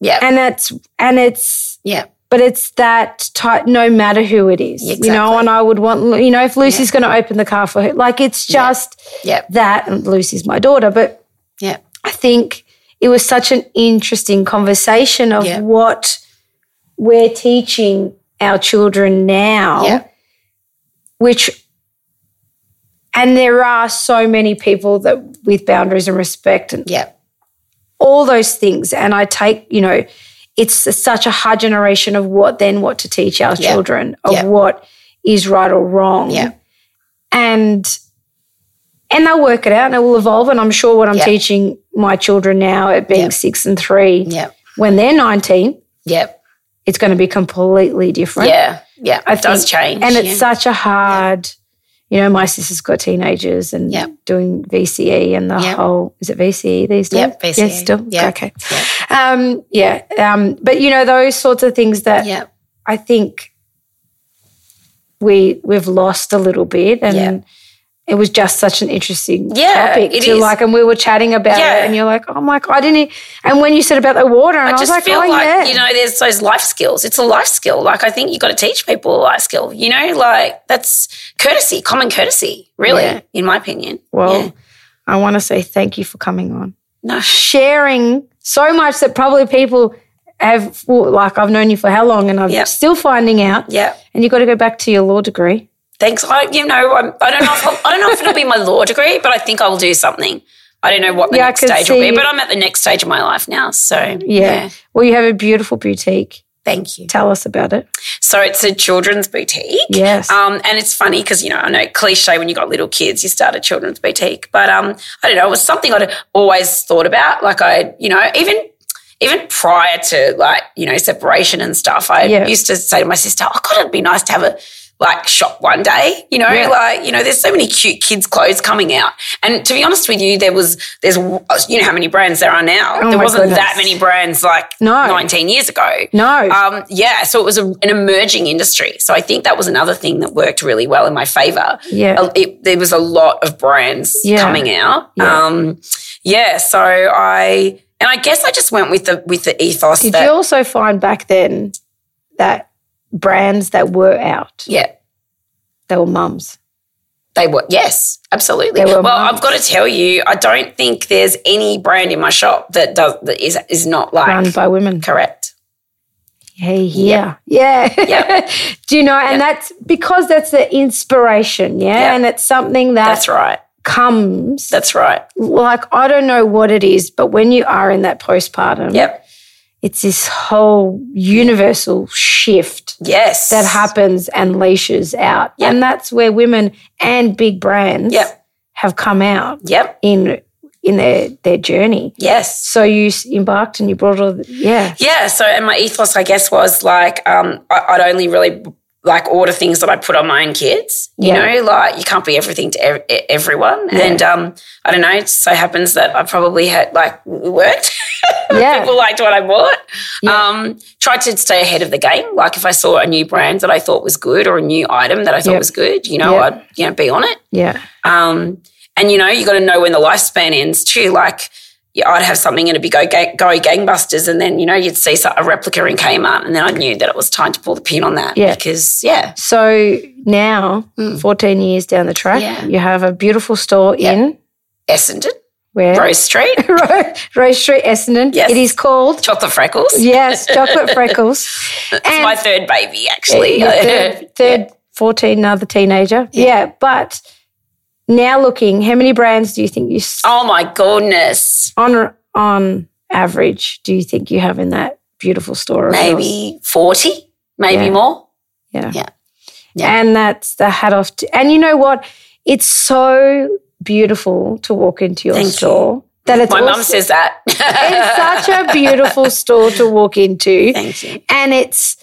B: yeah
A: And it's and it's
B: yeah
A: but it's that type no matter who it is. You know,
B: Exactly.
A: and I would want you know, if Lucy's gonna open the car for her like it's
B: Yeah.
A: just
B: yeah
A: that and Lucy's my daughter, but
B: yeah
A: I think it was such an interesting conversation of
B: Yeah.
A: what we're teaching our children now,
B: yeah
A: which and there are so many people that with boundaries and respect and
B: yeah
A: all those things. And I take, you know, it's such a hard generation of what then what to teach our
B: Yeah.
A: children of
B: Yeah.
A: what is right or wrong.
B: Yeah.
A: And and they'll work it out and it will evolve. And I'm sure what I'm
B: Yeah.
A: teaching my children now at being
B: Yeah.
A: six and three,
B: yeah
A: when they're 19,
B: yeah
A: it's going to be completely different.
B: yeah yeah
A: I
B: it does
A: think-
B: change
A: And it's
B: yeah.
A: such a hard, you know, my sister's got teenagers and
B: Yeah.
A: doing VCE and the
B: Yeah.
A: whole, is it VCE these days?
B: Yeah, VCE.
A: Yes, still?
B: Yeah.
A: Okay. Um, yeah. Um, but, you know, those sorts of things that
B: yeah
A: I think we, we've lost a little bit and
B: Yeah.
A: it was just such an interesting
B: Yeah,
A: topic
B: it
A: to
B: is.
A: like, and we were chatting about
B: Yeah.
A: it and you're like, oh my God, I didn't, e-" and when you said about the water and I,
B: I
A: was
B: just
A: like,
B: feel
A: oh
B: like
A: yeah.
B: you know, there's those life skills. It's a life skill. Like I think you got to teach people a life skill. You know, like that's courtesy, common courtesy, really,
A: Yeah.
B: in my opinion.
A: well,
B: Yeah.
A: I want to say thank you for coming on.
B: no,
A: sharing so much that probably people have well, like I've known you for how long and I'm
B: Yep.
A: still finding out.
B: yeah.
A: And you've got to go back to your law degree.
B: Thanks. I, you know, I'm, I don't know. If I'll, I don't know if it'll be my law degree, but I think I will do something. I don't know what the
A: Yeah, I
B: next
A: could
B: stage will be,
A: see-
B: but I'm at the next stage of my life now. So,
A: Yeah. Well, you have a beautiful boutique.
B: Thank you.
A: Tell us about it.
B: So it's a children's boutique.
A: Yes.
B: Um, and it's funny because, you know, I know cliche when you got little kids, you start a children's boutique. But um, I don't know, it was something I'd always thought about. Like I, you know, even even prior to like, you know, separation and stuff, I
A: Yeah.
B: used to say to my sister, Oh God, it'd be nice to have a like shop one day, you know,
A: Yeah.
B: like, you know, there's so many cute kids' clothes coming out. And to be honest with you, there was there's you know how many brands there are now.
A: Oh
B: there
A: my
B: wasn't
A: goodness.
B: that many brands like
A: No.
B: nineteen years ago.
A: no.
B: Um, yeah, so it was a, an emerging industry. So I think that was another thing that worked really well in my favor.
A: yeah.
B: Uh, It, there was a lot of brands
A: Yeah.
B: coming out.
A: Yeah.
B: Um, yeah, so I and I guess I just went with the with the ethos
A: Did
B: that
A: you also find back then that brands that were out,
B: yeah.
A: they were mums?
B: They were yes, absolutely.
A: They were
B: well, I've got to tell you, I don't think there's any brand in my shop that does that is is not like
A: Run by women.
B: correct.
A: Hey, yeah. Yeah.
B: Yeah.
A: Do you know? And that's because that's the inspiration. Yeah.
B: Yeah.
A: And it's something that
B: That's right.
A: comes.
B: That's right.
A: like, I don't know what it is, but when you are in that postpartum,
B: Yep.
A: it's this whole universal shift
B: Yes.
A: that happens and leashes out.
B: Yep.
A: And that's where women and big brands
B: Yep.
A: have come out
B: Yep.
A: in in their, their journey.
B: Yes.
A: So you s- embarked and you brought all, the, yeah,
B: Yeah. So, and my ethos, I guess, was like um, I, I'd only really like order things that I put on my own kids. You
A: Yeah.
B: know, like you can't be everything to ev- e- everyone.
A: Yeah.
B: And um, I don't know. It just so happens that I probably had like worked.
A: yeah,
B: People liked what I bought.
A: Yeah.
B: Um, tried to stay ahead of the game. Like if I saw a new brand that I thought was good or a new item that I thought
A: Yeah.
B: was good, you know,
A: Yeah.
B: I'd you know be on it.
A: yeah,
B: Um, and you know, you got to know when the lifespan ends too. Like, yeah, I'd have something and it'd be go, ga- go gangbusters, and then you know, you'd see so- a replica in Kmart, and then I knew that it was time to pull the pin on that.
A: Yeah.
B: because yeah,
A: So now,
B: Mm.
A: 14 years down the track,
B: Yeah.
A: you have a beautiful store
B: Yeah.
A: in
B: Essendon,
A: where?
B: Rose Street,
A: Ro- Rose Street, Essendon.
B: Yes.
A: It is called,
B: Chocolate Freckles.
A: yes, Chocolate Freckles. eh,
B: It's my third baby, actually.
A: your third, third 14, now the teenager. Yeah. but now looking, how many brands do you think you, s-
B: Oh my goodness,
A: on, on average, do you think you have in that beautiful store? of yours?
B: maybe forty, maybe
A: Yeah.
B: more.
A: Yeah.
B: Yeah. Yeah.
A: And that's the hat off. To, and you know what? It's so beautiful to walk into your
B: Thank you.
A: store that it's
B: my
A: also-
B: mum says that.
A: it's such a beautiful store to walk into.
B: Thank you.
A: And it's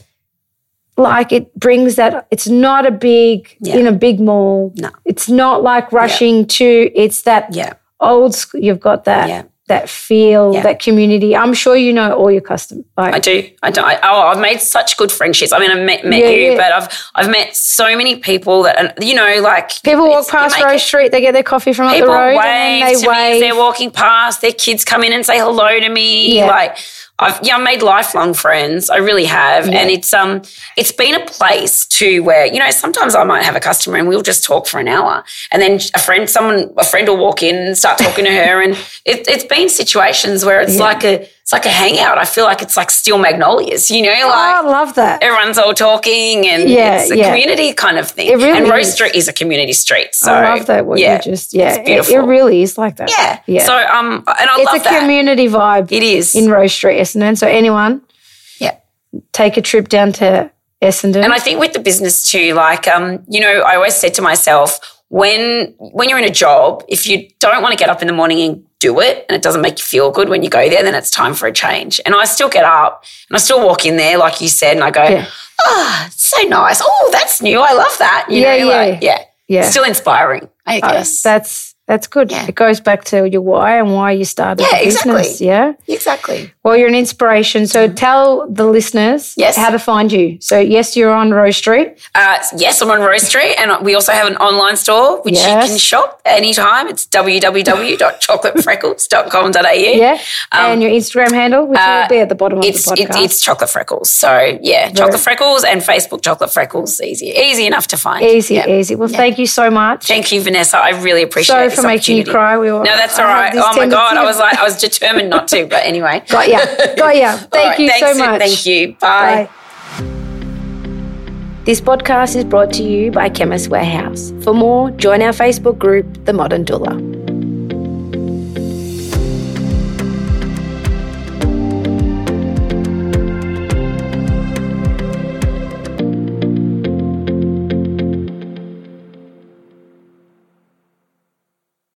A: like it brings that it's not a big
B: Yeah.
A: in a big mall.
B: No.
A: It's not like rushing to it's that
B: Yeah,
A: old school you've got that
B: yeah.
A: that feel,
B: Yeah.
A: that community. I'm sure you know all your customers.
B: I
A: Like
B: do. I don't. I, oh, I've made such good friendships. I mean, I've met, met
A: Yeah,
B: you,
A: yeah.
B: but I've I've met so many people that and, you know, like
A: people walk
B: it's-
A: past
B: you make
A: Rose Street, they get their coffee from up the
B: People
A: road and
B: wave
A: then they
B: to me as
A: wave.
B: they're walking past. Their kids come in and say hello to me.
A: Yeah.
B: Like I've yeah, I've made lifelong friends. I really have,
A: Yeah.
B: and it's um, it's been a place to where you know sometimes I might have a customer and we'll just talk for an hour, and then a friend, someone, a friend will walk in and start talking to her, and it, it's been situations where it's
A: Yeah.
B: like a it's like a hangout. I feel like it's like still magnolias, you know, like.
A: oh, I love that.
B: everyone's all talking and
A: Yeah,
B: it's a
A: yeah.
B: community kind of thing.
A: It really
B: and Rose
A: is.
B: Street is a community street. So
A: I love that what
B: yeah.
A: you just yeah.
B: It's
A: it- It,
B: beautiful.
A: really is like that.
B: yeah.
A: Yeah.
B: So um and I
A: it's
B: love
A: a
B: that.
A: community vibe
B: it is.
A: in Rose Street, Essendon. So anyone,
B: Yeah.
A: take a trip down to Essendon.
B: and I think with the business too, like um, you know, I always said to myself, when when you're in a job, if you don't want to get up in the morning and do it and it doesn't make you feel good when you go there, then it's time for a change. And I still get up and I still walk in there, like you said, and I go,
A: Yeah.
B: Ah, it's so nice. Oh, that's new. I love that. You
A: Yeah,
B: know, like yeah.
A: yeah,
B: Still inspiring, I
A: Uh,
B: guess.
A: that's that's good.
B: Yeah.
A: It goes back to your why and why you started
B: Yeah,
A: the business.
B: exactly.
A: Yeah.
B: exactly.
A: Well, you're an inspiration. So tell the listeners
B: Yes.
A: how to find you. So yes, you're on Rose Street.
B: Uh, yes, I'm on Rose Street, and we also have an online store which
A: Yes.
B: you can shop anytime. It's www.chocolatefreckles.com.au.
A: Yeah.
B: Um,
A: and your Instagram handle, which
B: uh,
A: will be at the bottom of
B: It's,
A: the
B: it,
A: podcast.
B: it's Chocolate Freckles. So, yeah, Chocolate Freckles and Facebook Chocolate Freckles. Easy, easy enough to find.
A: easy,
B: Yeah.
A: easy. Well, thank you so much.
B: Thank you, Vanessa. I really appreciate
A: Sorry
B: this
A: for making you
B: opportunity.
A: cry. We were,
B: No, that's
A: I
B: all
A: have
B: right.
A: this
B: Oh, my God. I
A: tendency
B: was
A: of-
B: like, I was determined not to, but anyway.
A: Got ya. Got ya. Thank
B: All right,
A: you
B: thanks,
A: so much.
B: Thank you. Bye.
A: This podcast is brought to you by Chemist Warehouse. For more, join our Facebook group, The Modern Doula.